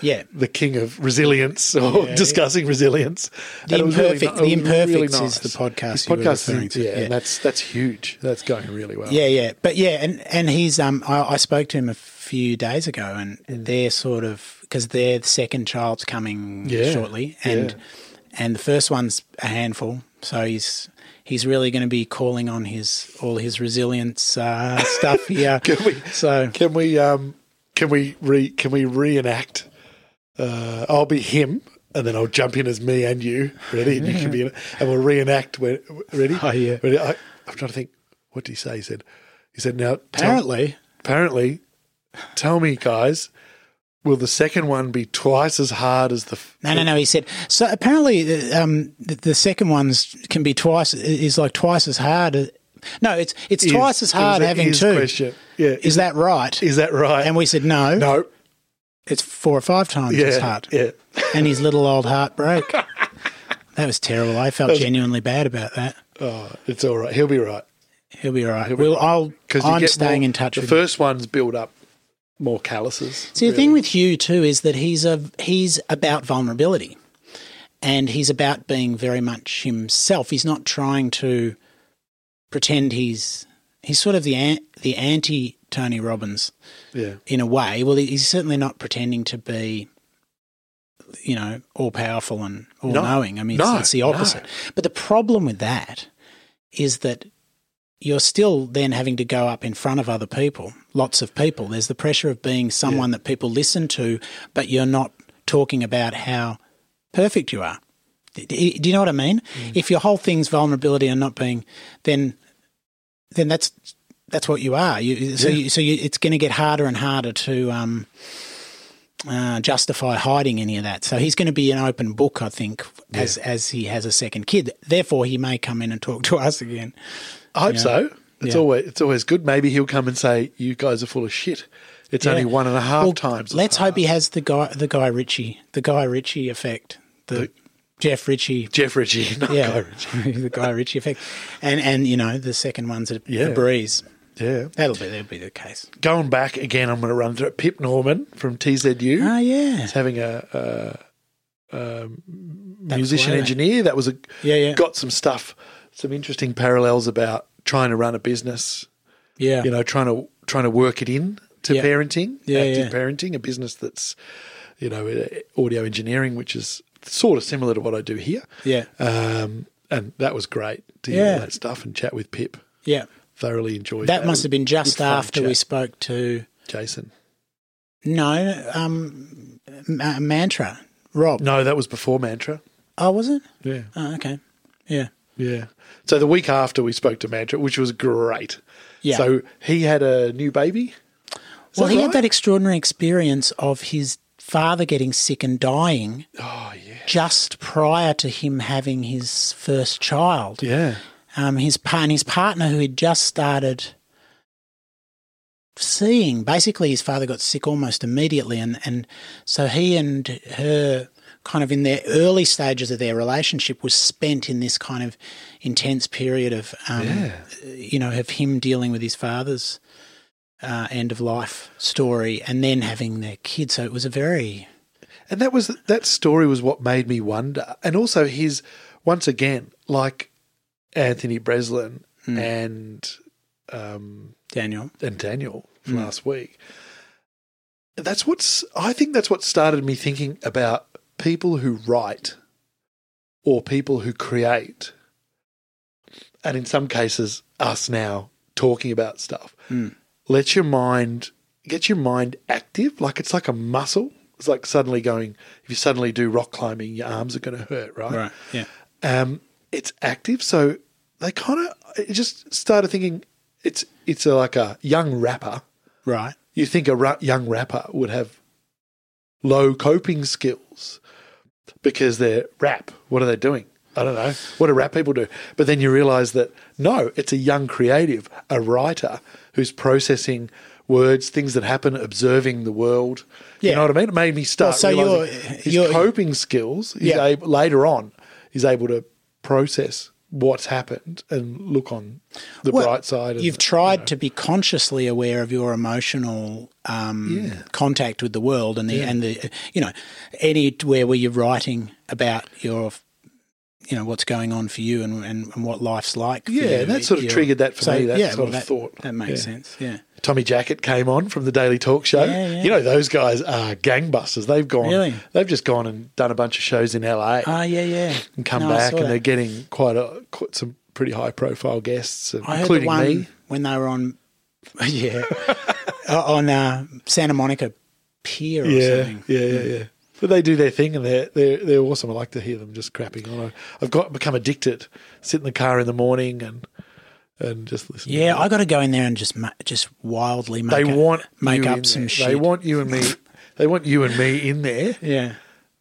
Yeah.
the king of resilience or
Yeah.
discussing resilience.
The
And it was really ni-
Imperfect-
it
The
was really
Imperfects is the podcast
His
you were
podcast is-
referring to,
Yeah,
yeah.
and that's that's huge. That's going really well.
Yeah, yeah, but yeah, and and he's um, I, I spoke to him a few days ago, and
Mm.
they're sort of because their second child's coming
Yeah,
shortly, and and the first one's a handful, so he's he's really going to be calling on his all his resilience uh, stuff here.
Can we-
so
Can we um can we re can we reenact? Uh, I'll be him, and then I'll jump in as me and you. Ready? And you can be, in, and we'll reenact. When, ready?
Oh, yeah.
Ready? I, I'm trying to think. What did he say? He said, he said now. tell-
apparently,
apparently, tell me, guys, will the second one be twice as hard as the? f-
no, no, no. He said so. Apparently, uh, um, the, the second one's can be twice is like twice as hard. as- No, it's it's
is-
twice as
it was
hard
a
having
is
two.
Question. Yeah. Is,
Is that right?
is that right?
and we said no.
no.
It's four or five times
Yeah.
as hard.
Yeah.
and his little old heart broke. that was terrible. I felt genuinely bad about that.
Oh, it's all right. He'll be right.
He'll be all right. We'll, I'll,
Because
I'm staying in touch
The
with him.
first ones build up more calluses.
See, the thing with Hugh too is that he's a he's about vulnerability, and he's about being very much himself. He's not trying to pretend he's he's sort of the an, the anti Tony Robbins
yeah,
in a way. Well, he- he's certainly not pretending to be, you know, all powerful and all knowing. I mean, it's-
No,
it's the opposite. But the problem with that is that you're still then having to go up in front of other people, lots of people. There's the pressure of being someone that people listen to, but you're not talking about how perfect you are. D- d- Do you know what I mean?
Mm.
If your whole thing's vulnerability and not being, then then that's that's what you are. You, so you, so you, it's going to get harder and harder to um, uh, justify hiding any of that. So he's going to be an open book, I think, as as he has a second kid. Therefore, he may come in and talk to us again.
I hope so. It's
Yeah.
always it's always good. Maybe he'll come and say, "You guys are full of shit." It's only
Yeah.
one and a half
Well,
times. as
Let's
hard.
hope he has the guy the guy Ritchie the guy Ritchie effect the, Jeff Ritchie.
Jeff Ritchie. not
Yeah,
Guy Ritchie.
the Guy Ritchie effect, and and you know the second one's a,
Yeah.
a breeze.
yeah.
That'll be that'll be the case.
Going back again, I'm going to run through it. Pip Norman from TZU.
Oh yeah,
is having a, a, a musician
later.
engineer. That was a
Yeah, yeah.
got some stuff, some interesting parallels about trying to run a business.
yeah,
You know, trying to trying to work it in to
Yeah.
parenting,
Yeah,
active
yeah.
parenting, a business that's you know eh, audio engineering, which is sort of similar to what I do here.
yeah,
Um, and that was great to hear
Yeah.
all that stuff and chat with Pip.
yeah.
Thoroughly enjoyed
That must have been just
Good fun
after we
chat.
spoke to
Jason.
no um, Ma- mantra Rob.
No, that was before Mantra.
Oh, was it?
Yeah.
Oh, okay. Yeah,
Yeah. So the week after we spoke to Mantra, which was great.
yeah.
So he had a new baby. Is
well, he had
right?
that extraordinary experience of his father getting sick and dying.
Oh yeah.
just prior to him having his first child.
Yeah.
Um, his par- and his partner, who had just started seeing, basically his father got sick almost immediately, and and so he and her kind of in their early stages of their relationship was spent in this kind of intense period of um,
Yeah.
you know of him dealing with his father's uh, end of life story and then having their kid so it was a very
And that was that story was what made me wonder. And also his once again, like Anthony Breslin and um
mm, daniel
and Daniel from last week. That's what's I think that's what started me thinking about people who write or people who create. And in some cases us now talking about stuff. Let your mind get your mind active like it's like a muscle. It's like suddenly going if you suddenly do rock climbing your arms are going to hurt,
yeah
um, it's active. So they kind of just started thinking it's it's a, like a young rapper.
right
You think a ra- young rapper would have low coping skills because they're rap. What are they doing? I don't know. What do rap people do? But then you realize that no, it's a young creative, a writer who's processing words, things that happen, observing the world.
Yeah.
You know what I mean? It made me start
Well, so
realizing
you're-
his
you're-
coping skills. He's
Yeah.
able, later on, he's able to process what's happened and look on the
Well,
bright side. and
You've
the-
tried to be consciously aware of your emotional um, contact with the world and the and the you know anywhere where you're writing about your you know what's going on for you and and, and what life's like. for
Yeah,
you.
and that sort of
You're-
triggered that for me, that sort of
that,
thought.
That makes
Yeah.
sense. Yeah.
Tommy Jacket came on from the Daily Talk Show.
Yeah, yeah.
You know those guys are gangbusters. They've gone,
Really?
they've just gone and done a bunch of shows in LA
Ah, yeah, yeah.
and come
No, I
back,
saw
and
that.
they're getting quite a quite some pretty high profile guests, and
I heard the
including
one
me.
when they were on, yeah, uh, on uh, Santa Monica Pier or
Yeah,
something. Hmm.
yeah, yeah, yeah. But they do their thing, and they're they're they're awesome. I like to hear them just crapping on. I- I've got become addicted. Sit in the car in the morning and and just listen. to
Yeah,
them.
I got to go in there and just ma- just wildly make
they
it-
want
make
you
up
in
some
there.
shit.
They want you and me. They want you and me in there.
yeah.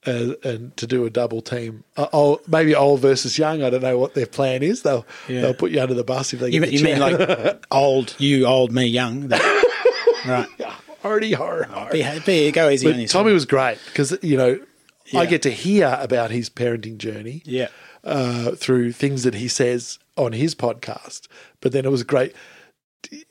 uh, and to do a double team. Uh, old, maybe old versus young. I don't know what their plan is. They'll
Yeah.
they'll put you under the bus if they
You,
get
mean-
the
you mean
chance.
like old you, old me, young? That- right.
Yeah, already horror.
Be, be, go easy on
But
yourself.
Tommy was great because you know
Yeah.
I get to hear about his parenting journey.
Yeah.
uh, through things that he says on his podcast. But then it was great.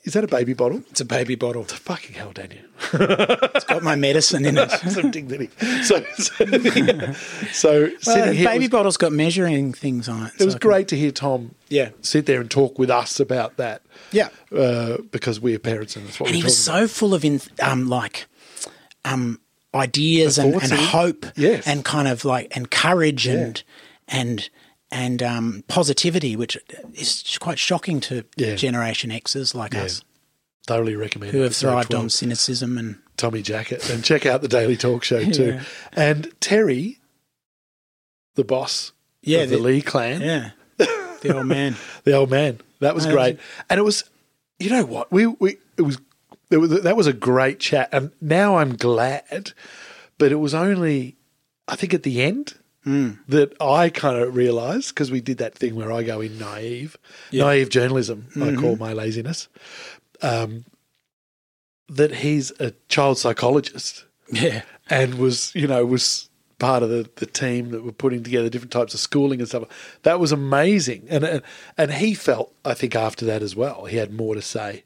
Is that a baby bottle?
It's a baby bottle.
Fucking hell, Daniel.
It's got my medicine in it.
Some dignity. So, so, yeah. so
Well,
sitting
the
here,
baby
it was,
bottle's got measuring things on it.
it was great to hear Tom
Yeah.
sit there and talk with us about that.
Yeah.
uh, because we're parents and that's what
And
we're
he was
talking
so full of in, um, like um, ideas and,
thoughts
and
in it.
hope
Yes.
and kind of like and courage and and and um, positivity, which is quite shocking to
Yeah.
Generation X's like us
about. Thoroughly recommend
who
it.
have
Episode
thrived
12,
on cynicism and
Tommy Jacket and check out the Daily Talk Show too. And Terry, the boss
yeah,
of the,
the-
Lee clan,
yeah, the old man.
the old man. That was
I know.
great. And it was, you know what? We we it was, it was that was a great chat. And now I'm glad, but it was only, I think, at the end. That I kind of realised because we did that thing where I go in naive, naive journalism. I call my laziness. Um, that he's a child psychologist
Yeah,
and was you know was part of the, the team that were putting together different types of schooling and stuff. That was amazing, and and, and he felt I think after that as well, he had more to say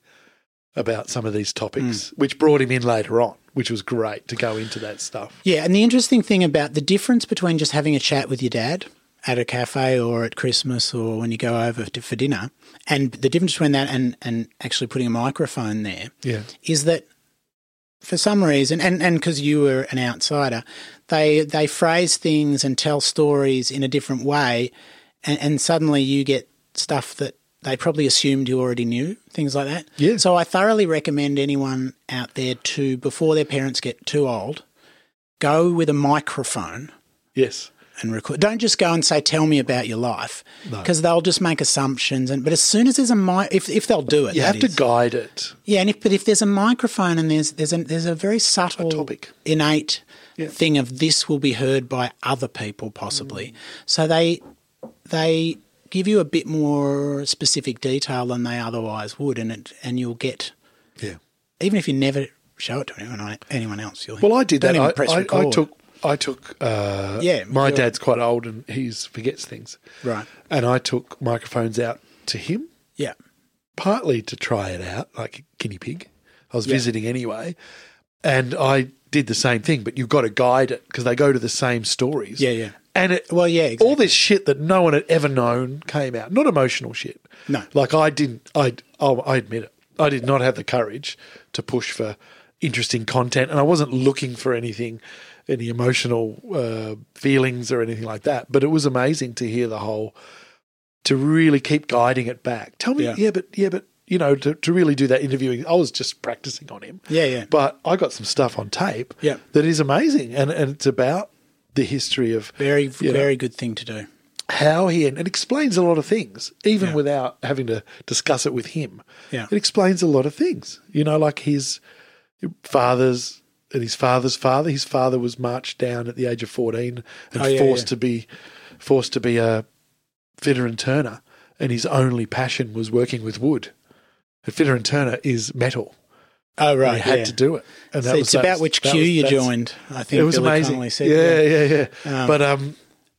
about some of these topics, which brought him in later on, which was great to go into that stuff.
yeah. And the interesting thing about the difference between just having a chat with your dad at a cafe or at Christmas or when you go over to, for dinner, and the difference between that and and actually putting a microphone there
Yeah,
is that for some reason, and and because you were an outsider, they they phrase things and tell stories in a different way, and, and suddenly you get stuff that they probably assumed you already knew, things like that.
Yeah.
So I thoroughly recommend anyone out there to before their parents get too old, go with a microphone
yes,
and record. Don't just go and say, "Tell me about your life," because they'll just make assumptions. And but as soon as there's a mic, if if they'll do it,
you
that
have to
is.
guide it.
Yeah, and if but if there's a microphone and there's there's a there's a very subtle
topic.
innate thing of this will be heard by other people
Mm.
possibly. So they they give you a bit more specific detail than they otherwise would, and it and you'll get
Yeah.
even if you never show it to anyone anyone else. You'll
Well, I did
Don't
that.
even
I,
press
I, I
record.
took. I took. Uh,
Yeah,
my
you're-
dad's quite old and he forgets things,
right.
and I took microphones out to him.
Yeah,
partly to try it out, like a guinea pig. I was visiting anyway, and I did the same thing. But you've got to guide it because they go to the same stories.
Yeah, yeah.
And it,
Well, yeah,
all this shit that no one had ever known came out. Not emotional shit.
No.
like I didn't. I oh, I admit it. I did not have the courage to push for interesting content, and I wasn't looking for anything, any emotional uh, feelings or anything like that. But it was amazing to hear the whole to really keep guiding it back. Tell me,
Yeah.
yeah, but yeah, but you know, to, to really do that interviewing, I was just practicing on him.
Yeah, yeah.
But I got some stuff on tape.
Yeah.
that is amazing, and and it's about the history of
very
you know,
very good thing to do.
how he and it explains a lot of things, even
Yeah.
without having to discuss it with him.
Yeah.
it explains a lot of things. You know, like his father's. And his father's father, his father was marched down at the age of fourteen and
Oh, yeah,
forced
yeah.
to be forced to be a Fitter and Turner, and his only passion was working with wood. And Fitter and Turner is metal.
Oh right,
I had
yeah.
to do it. And
So it's
that
about which
that
queue you
that's-
joined. I think
it was
Billy Connolly
amazing.
said.
yeah, yeah, yeah.
Um,
but um,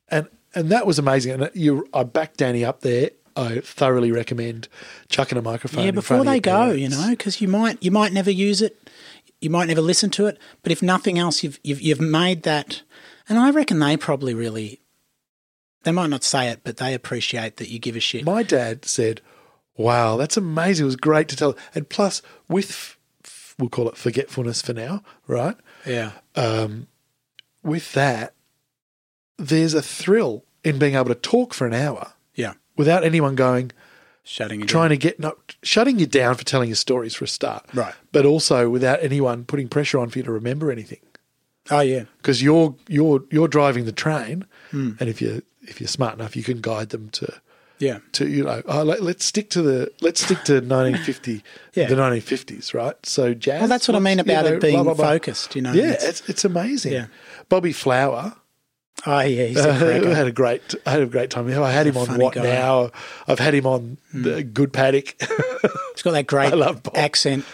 and and that was amazing. And you, I backed Danny up there. I thoroughly recommend chucking a microphone.
Yeah,
in
before
front of
they
your
go,
parents.
you know, because you might you might never use it, you might never listen to it. But if nothing else, you've you've, you've made that, and I reckon they probably really, they might not say it, but they appreciate that you give a shit.
My dad said, "Wow, that's amazing. It was great to tell." And plus, with f- f- we'll call it forgetfulness for now, right?
Yeah,
um, with that, there's a thrill in being able to talk for an hour
yeah,
without anyone going,
shutting it.
trying to get, not shutting you down for telling your stories for a start.
Right.
But also without anyone putting pressure on for you to remember anything.
down. Oh yeah,
Because you're you're you're driving the train,
Hmm.
and if you if you're smart enough, you can guide them to
yeah,
to you know oh, let, let's stick to the let's stick to 1950
Yeah.
the 1950s right so jazz
Well, that's what I mean
you
about it
know,
being
blah, blah, blah.
focused, you know,
yeah
it's-
it's, it's amazing
Yeah.
Bobby Flower
oh yeah, he's a
I
cracker.
had a great, I had a great time. I had him on
funny
what
guy. Hmm.
now? I've had him on the Good Paddock.
He's got that great
I love Bob.
accent,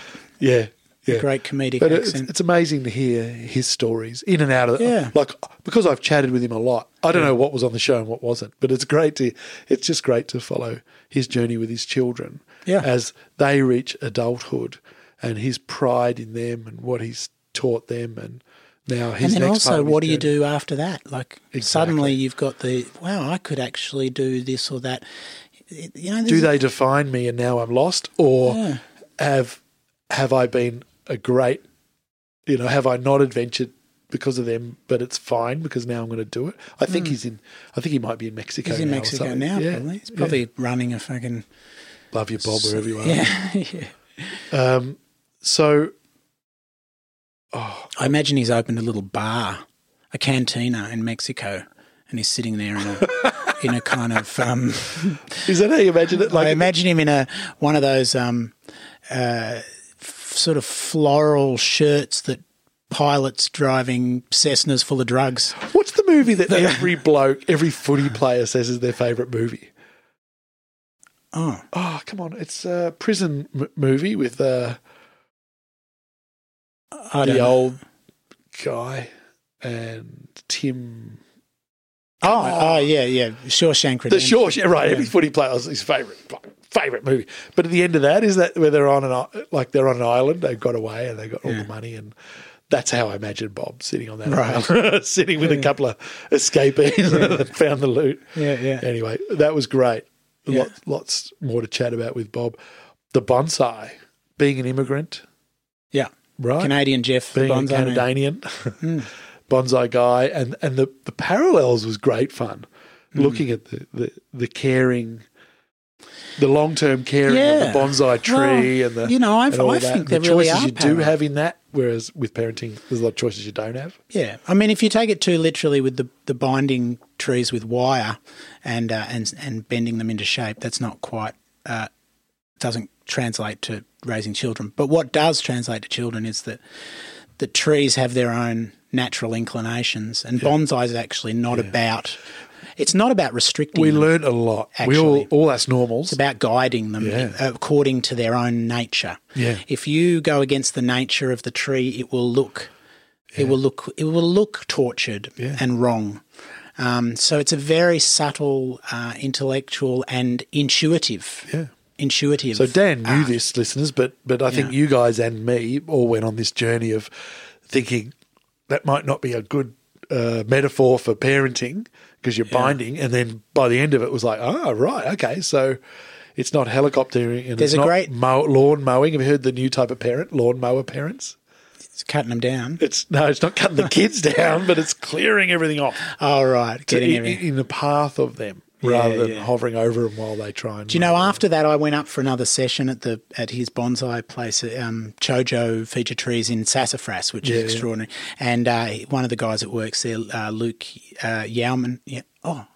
yeah, yeah.
great comedic
But it's,
accent.
it's amazing to hear his stories in and out of
Yeah.
like because I've chatted with him a lot. I don't know what was on the show and what wasn't, but it's great to. It's just great to follow his journey with his children
Yeah.
as they reach adulthood and his pride in them and what he's taught them and now his
and then
next part
also,
of his
what do you
journey.
do after that? Like
Exactly.
suddenly you've got the wow, I could actually do this or that. You know,
do
there's-
they define me and now I'm lost, or
Yeah.
have have I been a great, you know, have I not adventured because of them? But it's fine because now I'm going to do it. I think he's in. I think he might be Hmm. in Mexico.
He's in
now or
Mexico
something.
now,
Yeah,
probably. He's
yeah.
probably running a fucking
love your bob wherever you are.
yeah. yeah.
Um, so
I imagine he's opened a little bar, a cantina in Mexico, and he's sitting there in a in a kind of. Um,
is that how you imagine it?
I
Like
imagine him in a one of those um, uh, f- sort of floral shirts that pilots driving Cessnas full of drugs.
what's the movie that every bloke, every footy player says is their favourite movie?
Oh,
Oh, come on! It's a prison m- movie with uh,
I don't
the
know.
old guy and Tim.
oh, oh, yeah, yeah. Shawshank
uh, The
Redemption.
Shawshank, right? Every footy player was his favorite favorite movie. But at the end of that, is that where they're on an i- like they're on an island, they've got away and they got all
Yeah.
the money, and that's how I imagine Bob sitting on that
Right.
island, sitting with a couple of escapees that found the loot.
Yeah, yeah.
Anyway, that was great.
Yeah.
Lots, lots more to chat about with Bob. The bonsai, being an immigrant,
yeah.
right?
Canadian Jeff
being
Bonzo.
a Canadian
Hmm.
bonsai guy, and and the the parallels was great fun.
Hmm.
Looking at the the, the caring, the long term caring of the
Yeah.
bonsai tree,
Well,
and the
you know, I've-
and all
I
that,
think
and
there
the
really
choices
are
you do
parallels.
have in that. Whereas with parenting, there's a lot of choices you don't have.
Yeah, I mean, if you take it too literally with the, the binding trees with wire and uh, and and bending them into shape, that's not quite uh, doesn't translate to raising children. But what does translate to children is that the trees have their own natural inclinations, and bonsai is actually not about. It's not about restricting.
We
them.
learned a lot. we all
Mm. Actually.
all us normals.
It's about guiding them
Yeah.
according to their own nature.
Yeah.
If you go against the nature of the tree, it will look, it will look, it will look tortured
Yeah.
and wrong. Um, so it's a very subtle, uh, intellectual and intuitive.
Yeah.
Intuitive.
So Dan knew
art.
this, listeners, but but I think you guys and me all went on this journey of thinking that might not be a good uh, metaphor for parenting because you're binding, and then by the end of it was like, ah, right, okay, so it's not helicoptering and
There's
it's
a
not
great-
mow- lawn mowing. Have you heard the new type of parent, lawn mower parents?
It's cutting them down.
It's no, it's not cutting the kids down, but it's clearing everything off
All right.
to-
Getting
in,
everything.
in the path of them. Rather than
yeah.
hovering over them while they try and
Do you know? After that, I went up for another session at the at his bonsai place, um, Chojo Feature Trees in Sassafras, which
Yeah,
is
yeah.
extraordinary. And uh, one of the guys that works there, uh, Luke uh, Yauman. Yeah. Oh,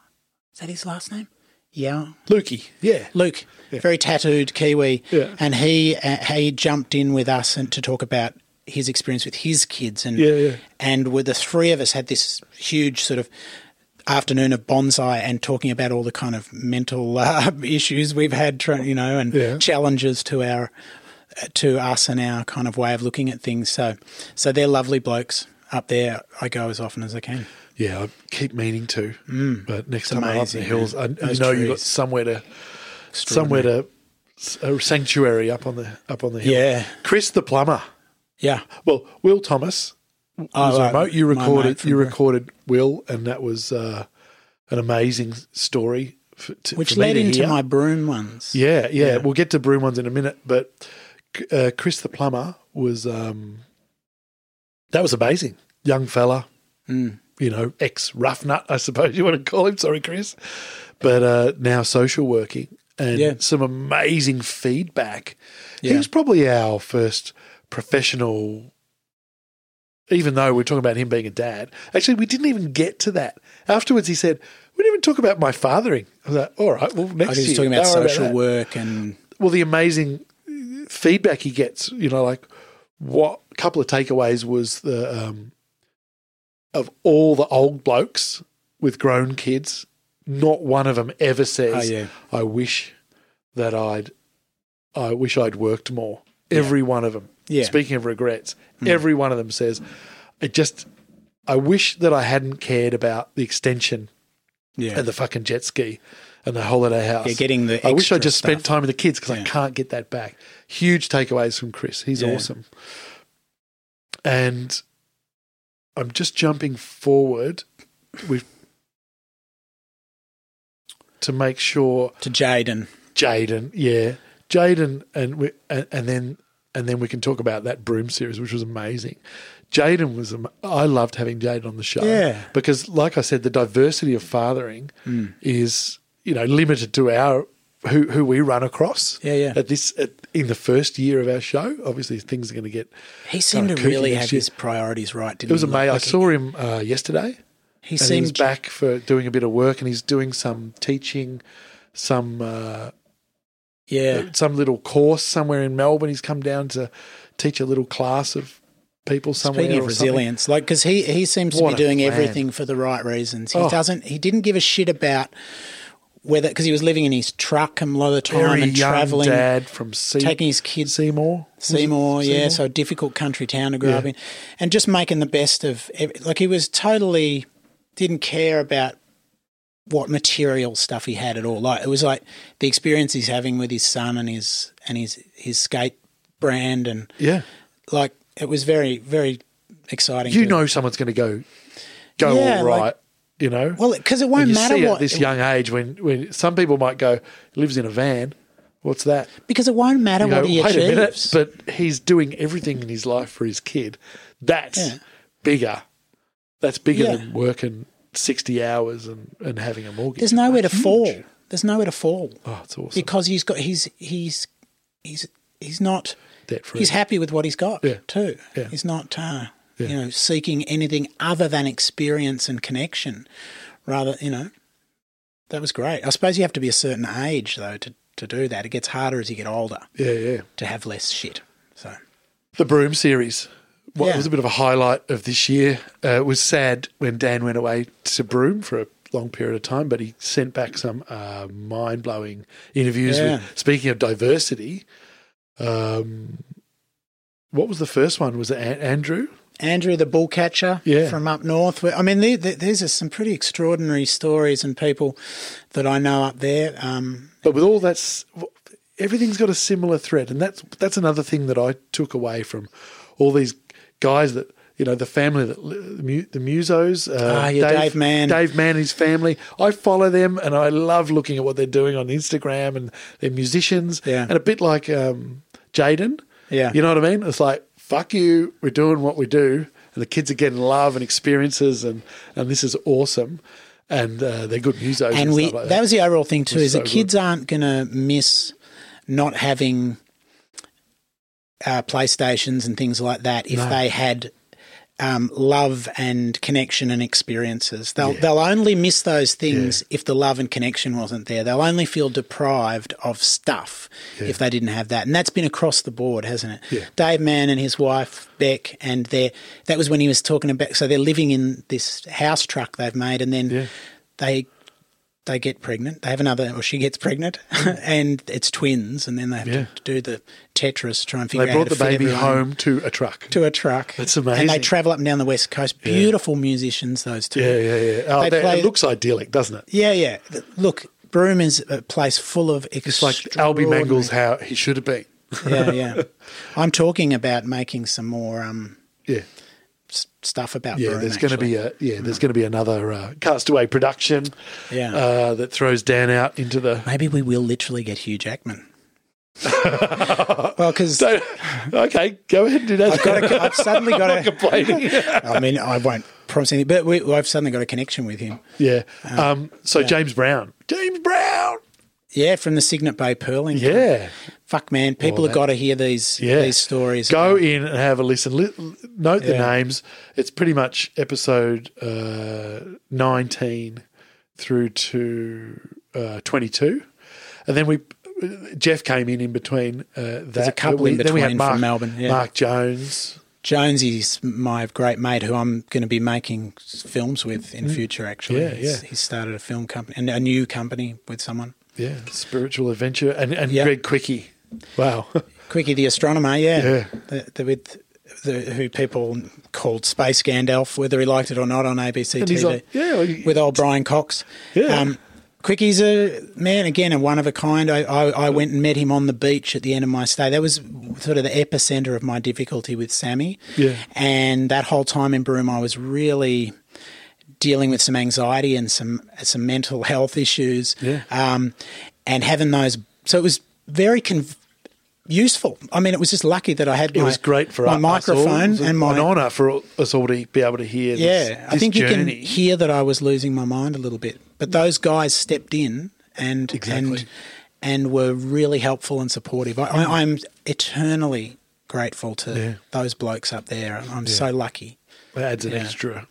is that his last name? Yeah.
Lukey, yeah,
Luke, very tattooed Kiwi,
Yeah.
and he uh, he jumped in with us and to talk about his experience with his kids, and
Yeah, yeah.
and with the three of us had this huge sort of afternoon of bonsai and talking about all the kind of mental uh, issues we've had, tr- you know, and
Yeah.
challenges to our to us and our kind of way of looking at things. So, so they're lovely blokes up there. I go as often as I can.
Yeah, I keep meaning to, but next time I'm up in
Mm. amazing,
the hills, I,
man.
I
Those
know you've got
trees.
somewhere to somewhere to a sanctuary up on the up on the hill.
Yeah.
Chris the plumber.
Yeah.
Well, Will Thomas was
Oh,
a remote. You
my mate
recorded
from
you
Bri-
recorded Will, and that was uh, an amazing story. For, to,
which
for me
led
to
into
hear.
my broom ones.
Yeah, yeah, We'll get to broom ones in a minute, but uh, Chris the plumber was um, that was amazing. Young fella,
Mm.
you know, ex rough nut, I suppose you want to call him. Sorry, Chris, but uh, now social working and
Yeah.
some amazing feedback. He
Yeah.
was probably our first professional. Even though we're talking about him being a dad, actually, we didn't even get to that. Afterwards, he said, "We didn't even talk about my fathering." I was like, "All right, well, next
I was
year."
just talking about
don't worry
social
that."
work and
well, the amazing feedback he gets, you know, like what a couple of takeaways was the um, of all the old blokes with grown kids, not one of them ever says,
Oh, yeah.
"I wish that I'd, I wish I'd worked more." Every one of them.
Yeah. Mm.
Speaking of regrets, every one of them says, "I just, I wish that I hadn't cared about the extension
yeah,
and the fucking jet ski and the holiday house.
Yeah, getting the
I wish I
extra
just spent
stuff.
time with the kids because I
Yeah.
can't get that back. Huge takeaways from Chris. He's
Yeah.
awesome. And I'm just jumping forward with to make sure
to Jaden.
Jaden, yeah, Jaden, and we and, and then and then we can talk about that broom series, which was amazing. Jaden was, am- I loved having Jaden on the show,
Yeah. Mm.
because like I said, the diversity of fathering is you know limited to our who who we run across.
Yeah, yeah.
At this at, in the first year of our show, obviously things are going to get.
He seemed
Oh,
to
Coogan
really
next
have
year.
his priorities right. Didn't
It was
he?
amazing. I
Mm, Like,
saw him uh, yesterday.
He
and he was
seemed
back for doing a bit of work, and he's doing some teaching, some. Uh,
Yeah,
at some little course somewhere in Melbourne. He's come down to teach a little class of people somewhere.
Speaking of
or something.
resilience, like because he he seems to
What
be
a
doing
plan.
everything for the right reasons. He
Oh.
doesn't. He didn't give a shit about whether because he was living in his truck and a lot of the time
Very
and
young
traveling,
dad from Se-
taking his kids
Seymour. Was it
Seymour, yeah, so a difficult country town to grow
Yeah.
up in, and just making the best of ev- like he was totally didn't care about what material stuff he had at all. Like it was like the experience he's having with his son and his and his his skate brand and
yeah,
like it was very very exciting.
you
to-
know someone's going to go go
Yeah,
all
like-
right. you know,
Well, because it
And
won't
you
matter
see
what
at this young age when when some people might go lives in a van. What's that?
because it won't matter
You go,
what he
wait
achieves.
a minute, but he's doing everything in his life for his kid. That's
Yeah.
bigger. That's bigger
Yeah.
than working sixty hours and, and having a mortgage.
There's nowhere to
Huge.
fall. There's nowhere to fall
Oh, it's awesome.
because he's got he's he's he's he's not
Debt free.
he's happy with what he's got
Yeah.
too.
Yeah.
He's not uh,
Yeah.
you know seeking anything other than experience and connection. Rather, you know, that was great. I suppose you have to be a certain age though to to do that. It gets harder as you get older
yeah, yeah.
to have less shit. So
The Broom series. What
Yeah.
was a bit of a highlight of this year uh, it was sad when Dan went away to Broom for a long period of time, but he sent back some uh, mind blowing interviews.
Yeah.
With, speaking of diversity, um, what was the first one? Was it An- Andrew?
Andrew the bull catcher
Yeah.
from up north. I mean, there, there, these are some pretty extraordinary stories and people that I know up there. Um,
But with all that, s- everything's got a similar thread, and that's that's another thing that I took away from all these guys that you know the family that li- the, mu- the musos. Uh,
Ah, yeah, Dave Mann.
Dave Mann and his family. I follow them, and I love looking at what they're doing on Instagram, and they're musicians,
Yeah.
and a bit like um, Jaden.
Yeah.
you know what I mean. It's like fuck you, we're doing what we do, and the kids are getting love and experiences, and and this is awesome. And uh, they're good musos,
and we
stuff like
that. was the overall thing too
was
is
so
that kids aren't going to miss not having uh, playstations and things like that if they had um, love and connection and experiences. They'll they'll only miss those things if the love and connection wasn't there. They'll only feel deprived of stuff if they didn't have that. And that's been across the board, hasn't it?
Yeah.
Dave Mann and his wife Beck, and their that was when he was talking about. So they're living in this house truck they've made, and then
Yeah.
they they get pregnant. They have another, or she gets pregnant, and it's twins, and then they have
Mm. Yeah.
to do the Tetris to try and figure
They
out.
brought
how to
the
fit
baby
everyone
home to a truck.
to a truck.
That's
And they
amazing.
travel up and down the west coast. Beautiful musicians, those two.
yeah, yeah, yeah. Oh,
They
that-
play-
it looks idyllic, doesn't it?
Yeah, yeah. Th- Look, Broome is a place full of
It's like Albie Mangle's how he should have been.
yeah, yeah. I'm talking about making some more um,
Yeah,
s- stuff about
yeah.
Broome.
there's going to
actually.
be a yeah. There's going to be another uh, Castaway production.
Yeah.
uh, that throws Dan out into the.
Maybe we will literally get Hugh Jackman. well, because
So, okay, go ahead and do that.
I've, got a- I've suddenly got a.
complaining.
I mean, I won't promise anything, but we, I've suddenly got a connection with him.
yeah. Um, so James Brown. James Brown.
Yeah, from the Signet Bay Pearling.
Yeah.
Fuck, man. People have got to hear these
Yeah.
these stories.
Go in and have a listen. Li- note the
Yeah.
names. It's pretty much episode uh, 19 through to uh, 22. And then we. Jeff came in in between uh, that. There's
a couple in
then we had
between from
Mark,
Melbourne, yeah.
Mark Jones.
Jonesy's my great mate who I'm going to be making s- films with in future, actually.
Mm. Yeah,
He's-
yeah.
He's started a film company and a new company with someone.
Yeah. Spiritual Adventure. And, and
Yeah.
Greg Quickie. Wow.
Quickie the astronomer, yeah.
Yeah.
The, the, with the, who people called Space Gandalf, whether he liked it or not, on ABC
And
TV.
he's like, yeah, well, you-
with old Brian Cox. Um,
Yeah.
Quickie's a man again, a one of a kind. I, I, I went and met him on the beach at the end of my stay. That was sort of the epicenter of my difficulty with Sammy.
Yeah.
and that whole time in Broome, I was really dealing with some anxiety and some some mental health issues.
Yeah.
um, and having those, so it was very con- useful. I mean, it was just lucky that I had
It
my,
was great for
my
us all. It
microphone
was
and my
an honour for us all to be able to hear. This,
yeah, I
this
think
journey.
you can hear that I was losing my mind a little bit, but those guys stepped in and and
Exactly.
and were really helpful and supportive. I, I, I'm eternally grateful to those blokes up there. I'm so lucky.
It adds an
Yeah.
extra.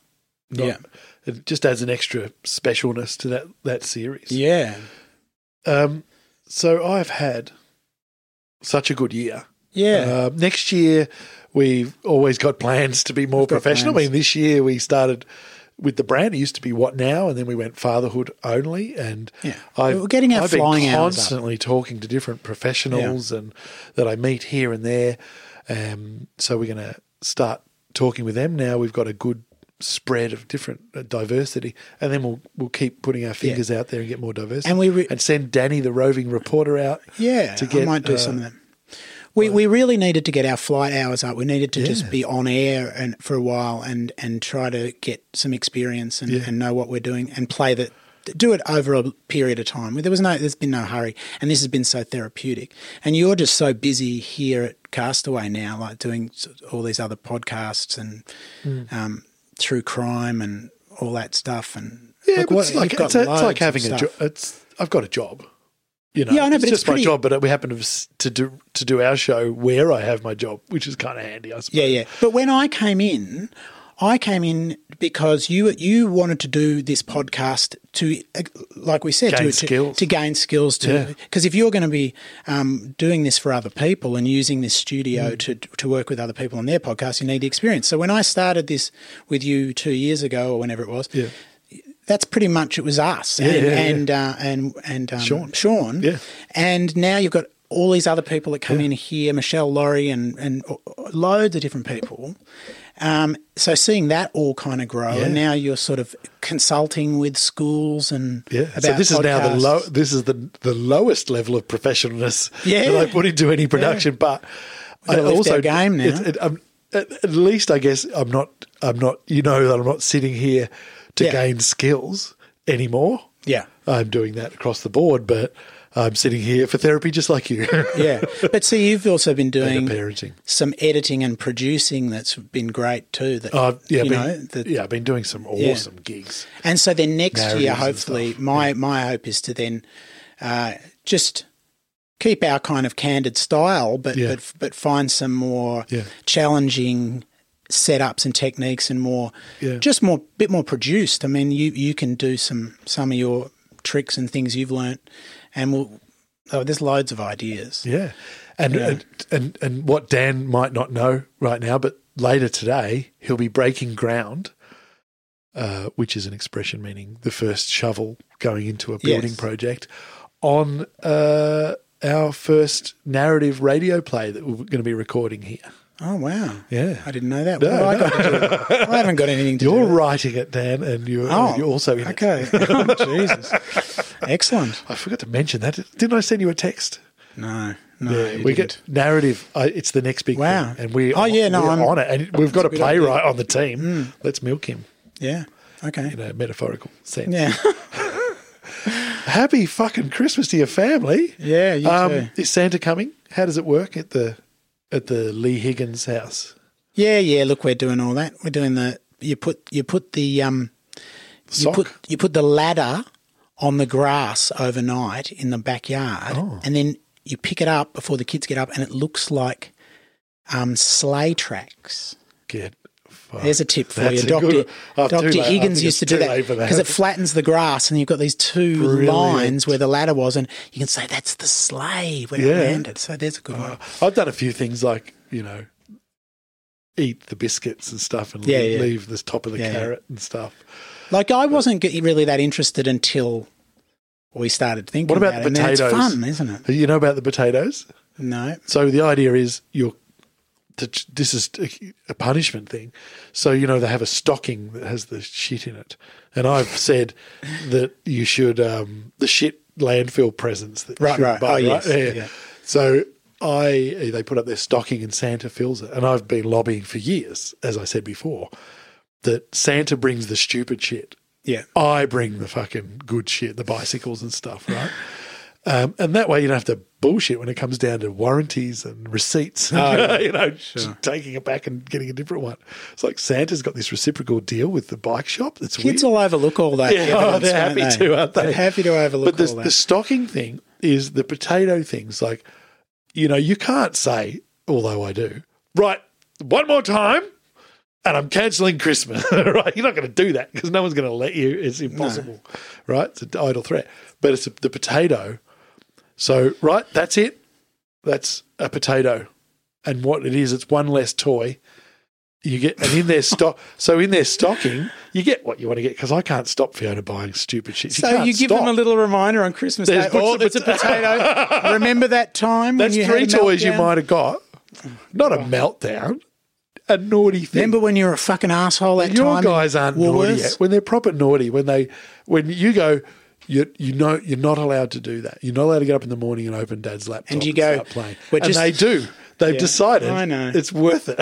Yeah.
It just adds an extra specialness to that that series.
Yeah,
Um, so I've had such a good year.
yeah,
Um, next year, we've always got plans to be more
got
professional. I
plans.
mean, this year we started with the brand. It used to be What Now, and then we went Fatherhood Only. And
Yeah.
I've,
We're getting our
I've
flying
been
hours up.
constantly talking to different professionals and that I meet here and there. Um, so we're going to start talking with them now. We've got a good spread of different uh, diversity, and then we'll we'll keep putting our fingers out there and get more diversity.
And we re-
and send Danny the roving reporter out.
yeah.
to get
I might do
uh,
some of them. We, we really needed to get our flight hours up. We needed to just
Yeah.
be on air and for a while and, and try to get some experience and,
Yeah.
and know what we're doing and play the do it over a period of time. There was no there's been no hurry and this has been so therapeutic. And you're just so busy here at Castaway now like doing s- all these other podcasts and
Hmm.
um, true crime and all that stuff and
Yeah,
Look,
but
what-
it's like
you've got
it's, a- it's
loads
like
of
having a
stuff.
job. It's I've got a job. You know,
Yeah, I know,
it's
but it's
just
pretty-
my job. But we happen to s- to do to do our show where I have my job, which is kind of handy, I suppose.
Yeah, yeah. But when I came in, I came in because you you wanted to do this podcast to, uh, like we said,
Gain
to,
skills.
to, to gain skills. To
Yeah.
because if you're going to be um, doing this for other people and using this
Mm.
studio to to work with other people on their podcast, you need experience. So when I started this with you two years ago or whenever it was,
Yeah.
that's pretty much it was us and
yeah, yeah.
and, Uh, and and um,
Sean.
Sean.
Yeah.
And now you've got all these other people that come in here, Michelle Laurie and and loads of different people. Um, so seeing that all kind of grow, and
Yeah.
now you're sort of consulting with schools and
Yeah.
about
so this is now the
podcasts.
low. This is the the lowest level of professionalness
Yeah.
that I put into any production. But I
gotta lift
also
our game now.
it's- it- I'm- at, at least I guess I'm not. I'm not. You know that I'm not sitting here to
Yeah.
gain skills anymore.
Yeah.
I'm doing that across the board, but I'm sitting here for therapy, just like you.
yeah. But see, you've also been doing
Better parenting.
some editing and producing that's been great too. That
Uh, yeah,
you
been,
know, that,
yeah, I've been doing some awesome gigs.
And so then next
Narratives
year,
and
hopefully, my my hope is to then uh, just keep our kind of candid style, but
Yeah.
but but find some more
Yeah.
challenging setups and techniques, and more
Yeah.
just more bit more produced. I mean, you you can do some some of your tricks and things you've learnt, and we'll. Oh, there's loads of ideas.
Yeah. And, and and and what Dan might not know right now, but later today he'll be breaking ground uh, which is an expression meaning the first shovel going into a building
Yes.
project, on uh, our first narrative radio play that we're going to be recording here.
Oh wow!
Yeah.
I didn't know that. What have Oh, I, got to do with it? I haven't got anything to
You're
do. with it.
writing it, Dan, and you're,
Oh,
you're also in it.
okay. Oh, Jesus, excellent.
I forgot to mention that. Didn't I send you a text?
No, no, you
we
didn't.
get narrative. Uh, it's the next big
Wow.
thing, and we
Oh, yeah, no,
we're
I'm-
on it, and we've got a
a good idea. Mm.
playwright on the team. Let's milk him
yeah, okay,
in a metaphorical sense.
yeah,
Happy fucking Christmas to your family. Um,
yeah. You too.
is Santa coming? How does it work at the at the Lee Higgins house?
Yeah, yeah. Look, we're doing all that. We're doing the you put you put the um
Sock?
you put you put the ladder on the grass overnight in the backyard,
Oh.
and then you pick it up before the kids get up, and it looks like um sleigh tracks.
Get fucked.
There's a tip for
That's
you,
a good
Doctor.
one. I'm too
Doctor
late. I
Higgins
think
used to
it's
do
too
that
late for
because it flattens the grass, and you've got these two
Brilliant.
lines where the ladder was, and you can say that's the sleigh where
Yeah. Uh,
it landed. So there's a good one.
I've done a few things like you know, eat the biscuits and stuff, and
Yeah,
leave,
yeah.
leave the top of the
Yeah, yeah.
carrot and stuff.
Like I wasn't get- really that interested until we started thinking.
What about
it. And then it's
potatoes?
fun, isn't it?
You know about the potatoes?
No.
So the idea is you're. that This is a- a punishment thing. So, you know, they have a stocking that has the shit in it. And I've said that you should, um, the shit landfill presents that you
Right,
should
right.
buy,
Oh, yes.
Yeah.
Yeah.
So I, they put up their stocking and Santa fills it. And I've been lobbying for years, as I said before, that Santa brings the stupid shit.
Yeah.
I bring the fucking good shit, the bicycles and stuff, right? Um, and that way you don't have to bullshit when it comes down to warranties and receipts, you know, just taking it back and getting a different one. It's like Santa's got this reciprocal deal with the bike shop. It's
Kids
weird.
will overlook all that.
Yeah, oh,
evidence,
they're
won't
happy to, aren't they?
They're happy to overlook
but the,
all that.
the stocking thing is the potato things. Like, you know, you can't say, although I do, right, one more time. And I'm cancelling Christmas, right? You're not going to do that because no one's going to let you. It's impossible, right? It's an idle threat. But it's a, the potato. So, right, that's it. That's a potato. And what it is, it's one less toy. You get and in their stock. So in their stocking, you get what you want to get because I can't stop Fiona buying stupid shit. She
so
can't
you give
stop.
them a little reminder on Christmas
There's
Day.
books
Oh,
of
it's a potato. Remember that time?
That's
when you
three
had a
toys you
meltdown?
might have got. Not a meltdown, a naughty thing.
Remember when you were a fucking asshole that
Your
time?
guys aren't naughty
Woolworths?
yet. When they're proper naughty, when they when you go, you you know you're not allowed to do that. You're not allowed to get up in the morning and open dad's laptop
And you go,
start playing.
"We're
and
just-
they do. They've decided
I know.
it's worth it.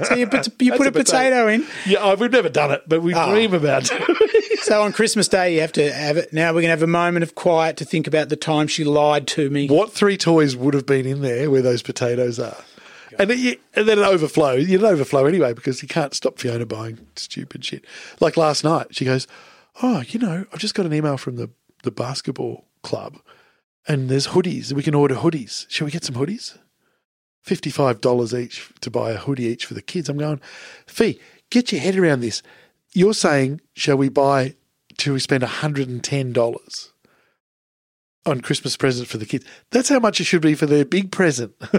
So you put, you put a potato in.
Yeah, I- we've never done it, but we
Oh.
dream about it.
So on Christmas Day, you have to have it. Now we're going to have a moment of quiet to think about the time she lied to me.
what three toys would have been in there where those potatoes are. And, then you, and then it overflows. You'd overflow anyway because you can't stop Fiona buying stupid shit. Like last night, she goes, Oh, you know, I've just got an email from the, the basketball club and there's hoodies. We can order hoodies. Shall we get some hoodies? $55 each to buy a hoodie each for the kids. I'm going, Fee, get your head around this. You're saying, Shall we buy, till we spend $110? on Christmas presents for the kids. That's how much it should be for their big present.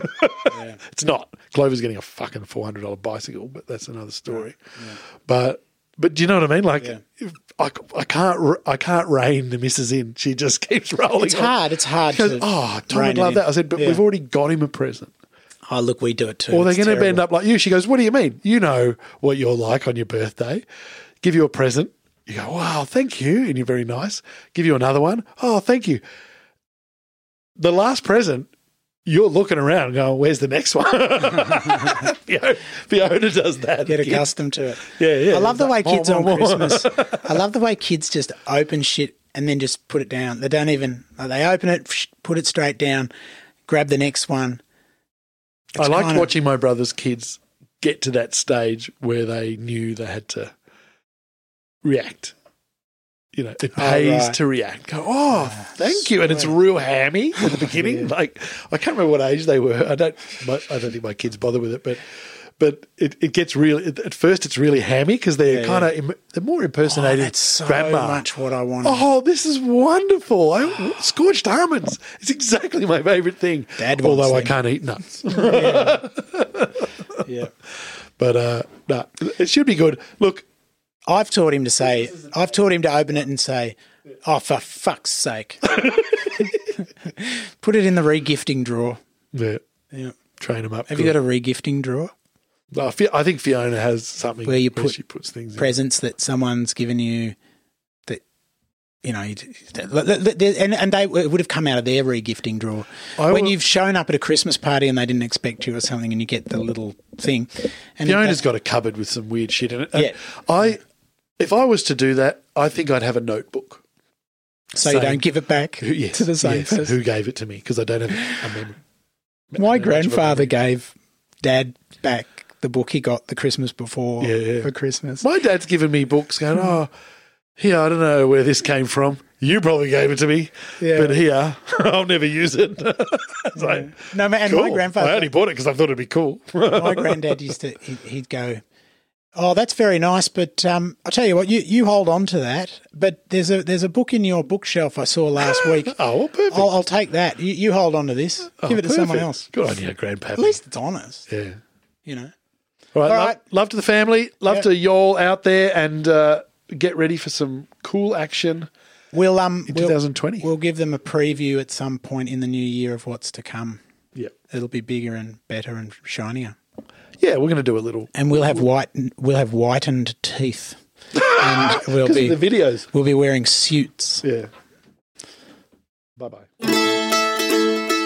It's not. Clover's getting a fucking four hundred dollar bicycle, but that's another story. But but do you know what I mean? Like
Yeah.
if- I, I can't r- I can't rein the missus in. She just keeps rolling.
It's
on.
hard. It's hard.
She goes,
to
oh, Tom
rein
would
it
love
in.
that. I said, but
Yeah.
we've already got him a present.
Oh, look, we do it too.
Or they're
It's
going to end
terrible.
up like you. She goes, What do you mean? You know what you're like on your birthday. Give you a present. You go, Wow, thank you. And you're very nice. Give you another one. Oh, thank you. The last present, you're looking around going, Where's the next one? Fiona, Fiona does that.
Get accustomed to it.
Yeah, yeah.
I love the
It's
way
like,
kids
"Wah,
on
wah, wah."
Christmas. I love the way kids just open shit and then just put it down. They don't even. like, they open it, psh, put it straight down, grab the next one.
I
It's
liked
kinda-
watching my brother's kids get to that stage where they knew they had to react. You know, it
Oh,
pays
right.
to react. Go, oh, thank you, and it's real hammy at the beginning. Like I can't remember what age they were. I don't. My, I don't think my kids bother with it, but but it, it gets real. At at first, it's really hammy because they're kind of they're more
Oh,
impersonating
that's so
grandma.
much what I wanted.
Oh, this is wonderful! I, scorched almonds. It's exactly my favorite thing.
Dad wants
although I
them.
can't eat nuts.
Yeah.
But uh, no, it should be good. Look,
I've taught him to say, I've taught him to open it and say, oh, for fuck's sake. Put it in the regifting drawer.
Yeah.
Yeah.
Train them up.
Have you got a regifting drawer?
got a? I think Fiona has something
Where you put
she puts things. in.
Presents that someone's given you that, you know, you'd- and, and they it would have come out of their regifting drawer.
I
when
will-
you've shown up at a Christmas party and they didn't expect you or something and you get the little thing. And
Fiona's
that-
got a cupboard with some weird shit in it. And
Yeah.
I, if I was to do that, I think I'd have a notebook.
so you
same-
don't give it back
Who, yes,
to the same
yes,
person.
who gave it to me because I don't have a memory.
My
much of a
grandfather
memory.
gave dad back the book he got the Christmas before
Yeah, yeah.
for Christmas.
My dad's given me books going, oh, here, I don't know where this came from. You probably gave it to me,
Yeah.
but here, I'll never use it. it's like,
No, ma- and
cool.
my
I
grandfather,
only bought it because I thought it'd be cool. Oh,
my granddad used to, he- he'd go, "Oh, that's very nice, but um, I'll tell you what, you, you hold on to that. But there's a there's a book in your bookshelf I saw last week.
oh, well, perfect.
I'll, I'll take that. You, you hold on to this.
Oh,
Give it to someone
perfect.
else.
Good on you, grandpa.
At least it's honest,
Yeah.
you know.
All right.
All
love,
right.
love to the family. Love
Yeah.
to y'all out there and uh, get ready for some cool action
We'll um
in
we'll,
2020.
we'll give them a preview at some point in the new year of what's to come.
yeah.
It'll be bigger and better and shinier.
Yeah, we're going to do a little.
and we'll have white we'll have whitened teeth and we'll
Because
be
of the videos.
we'll be wearing suits
Yeah. Bye bye.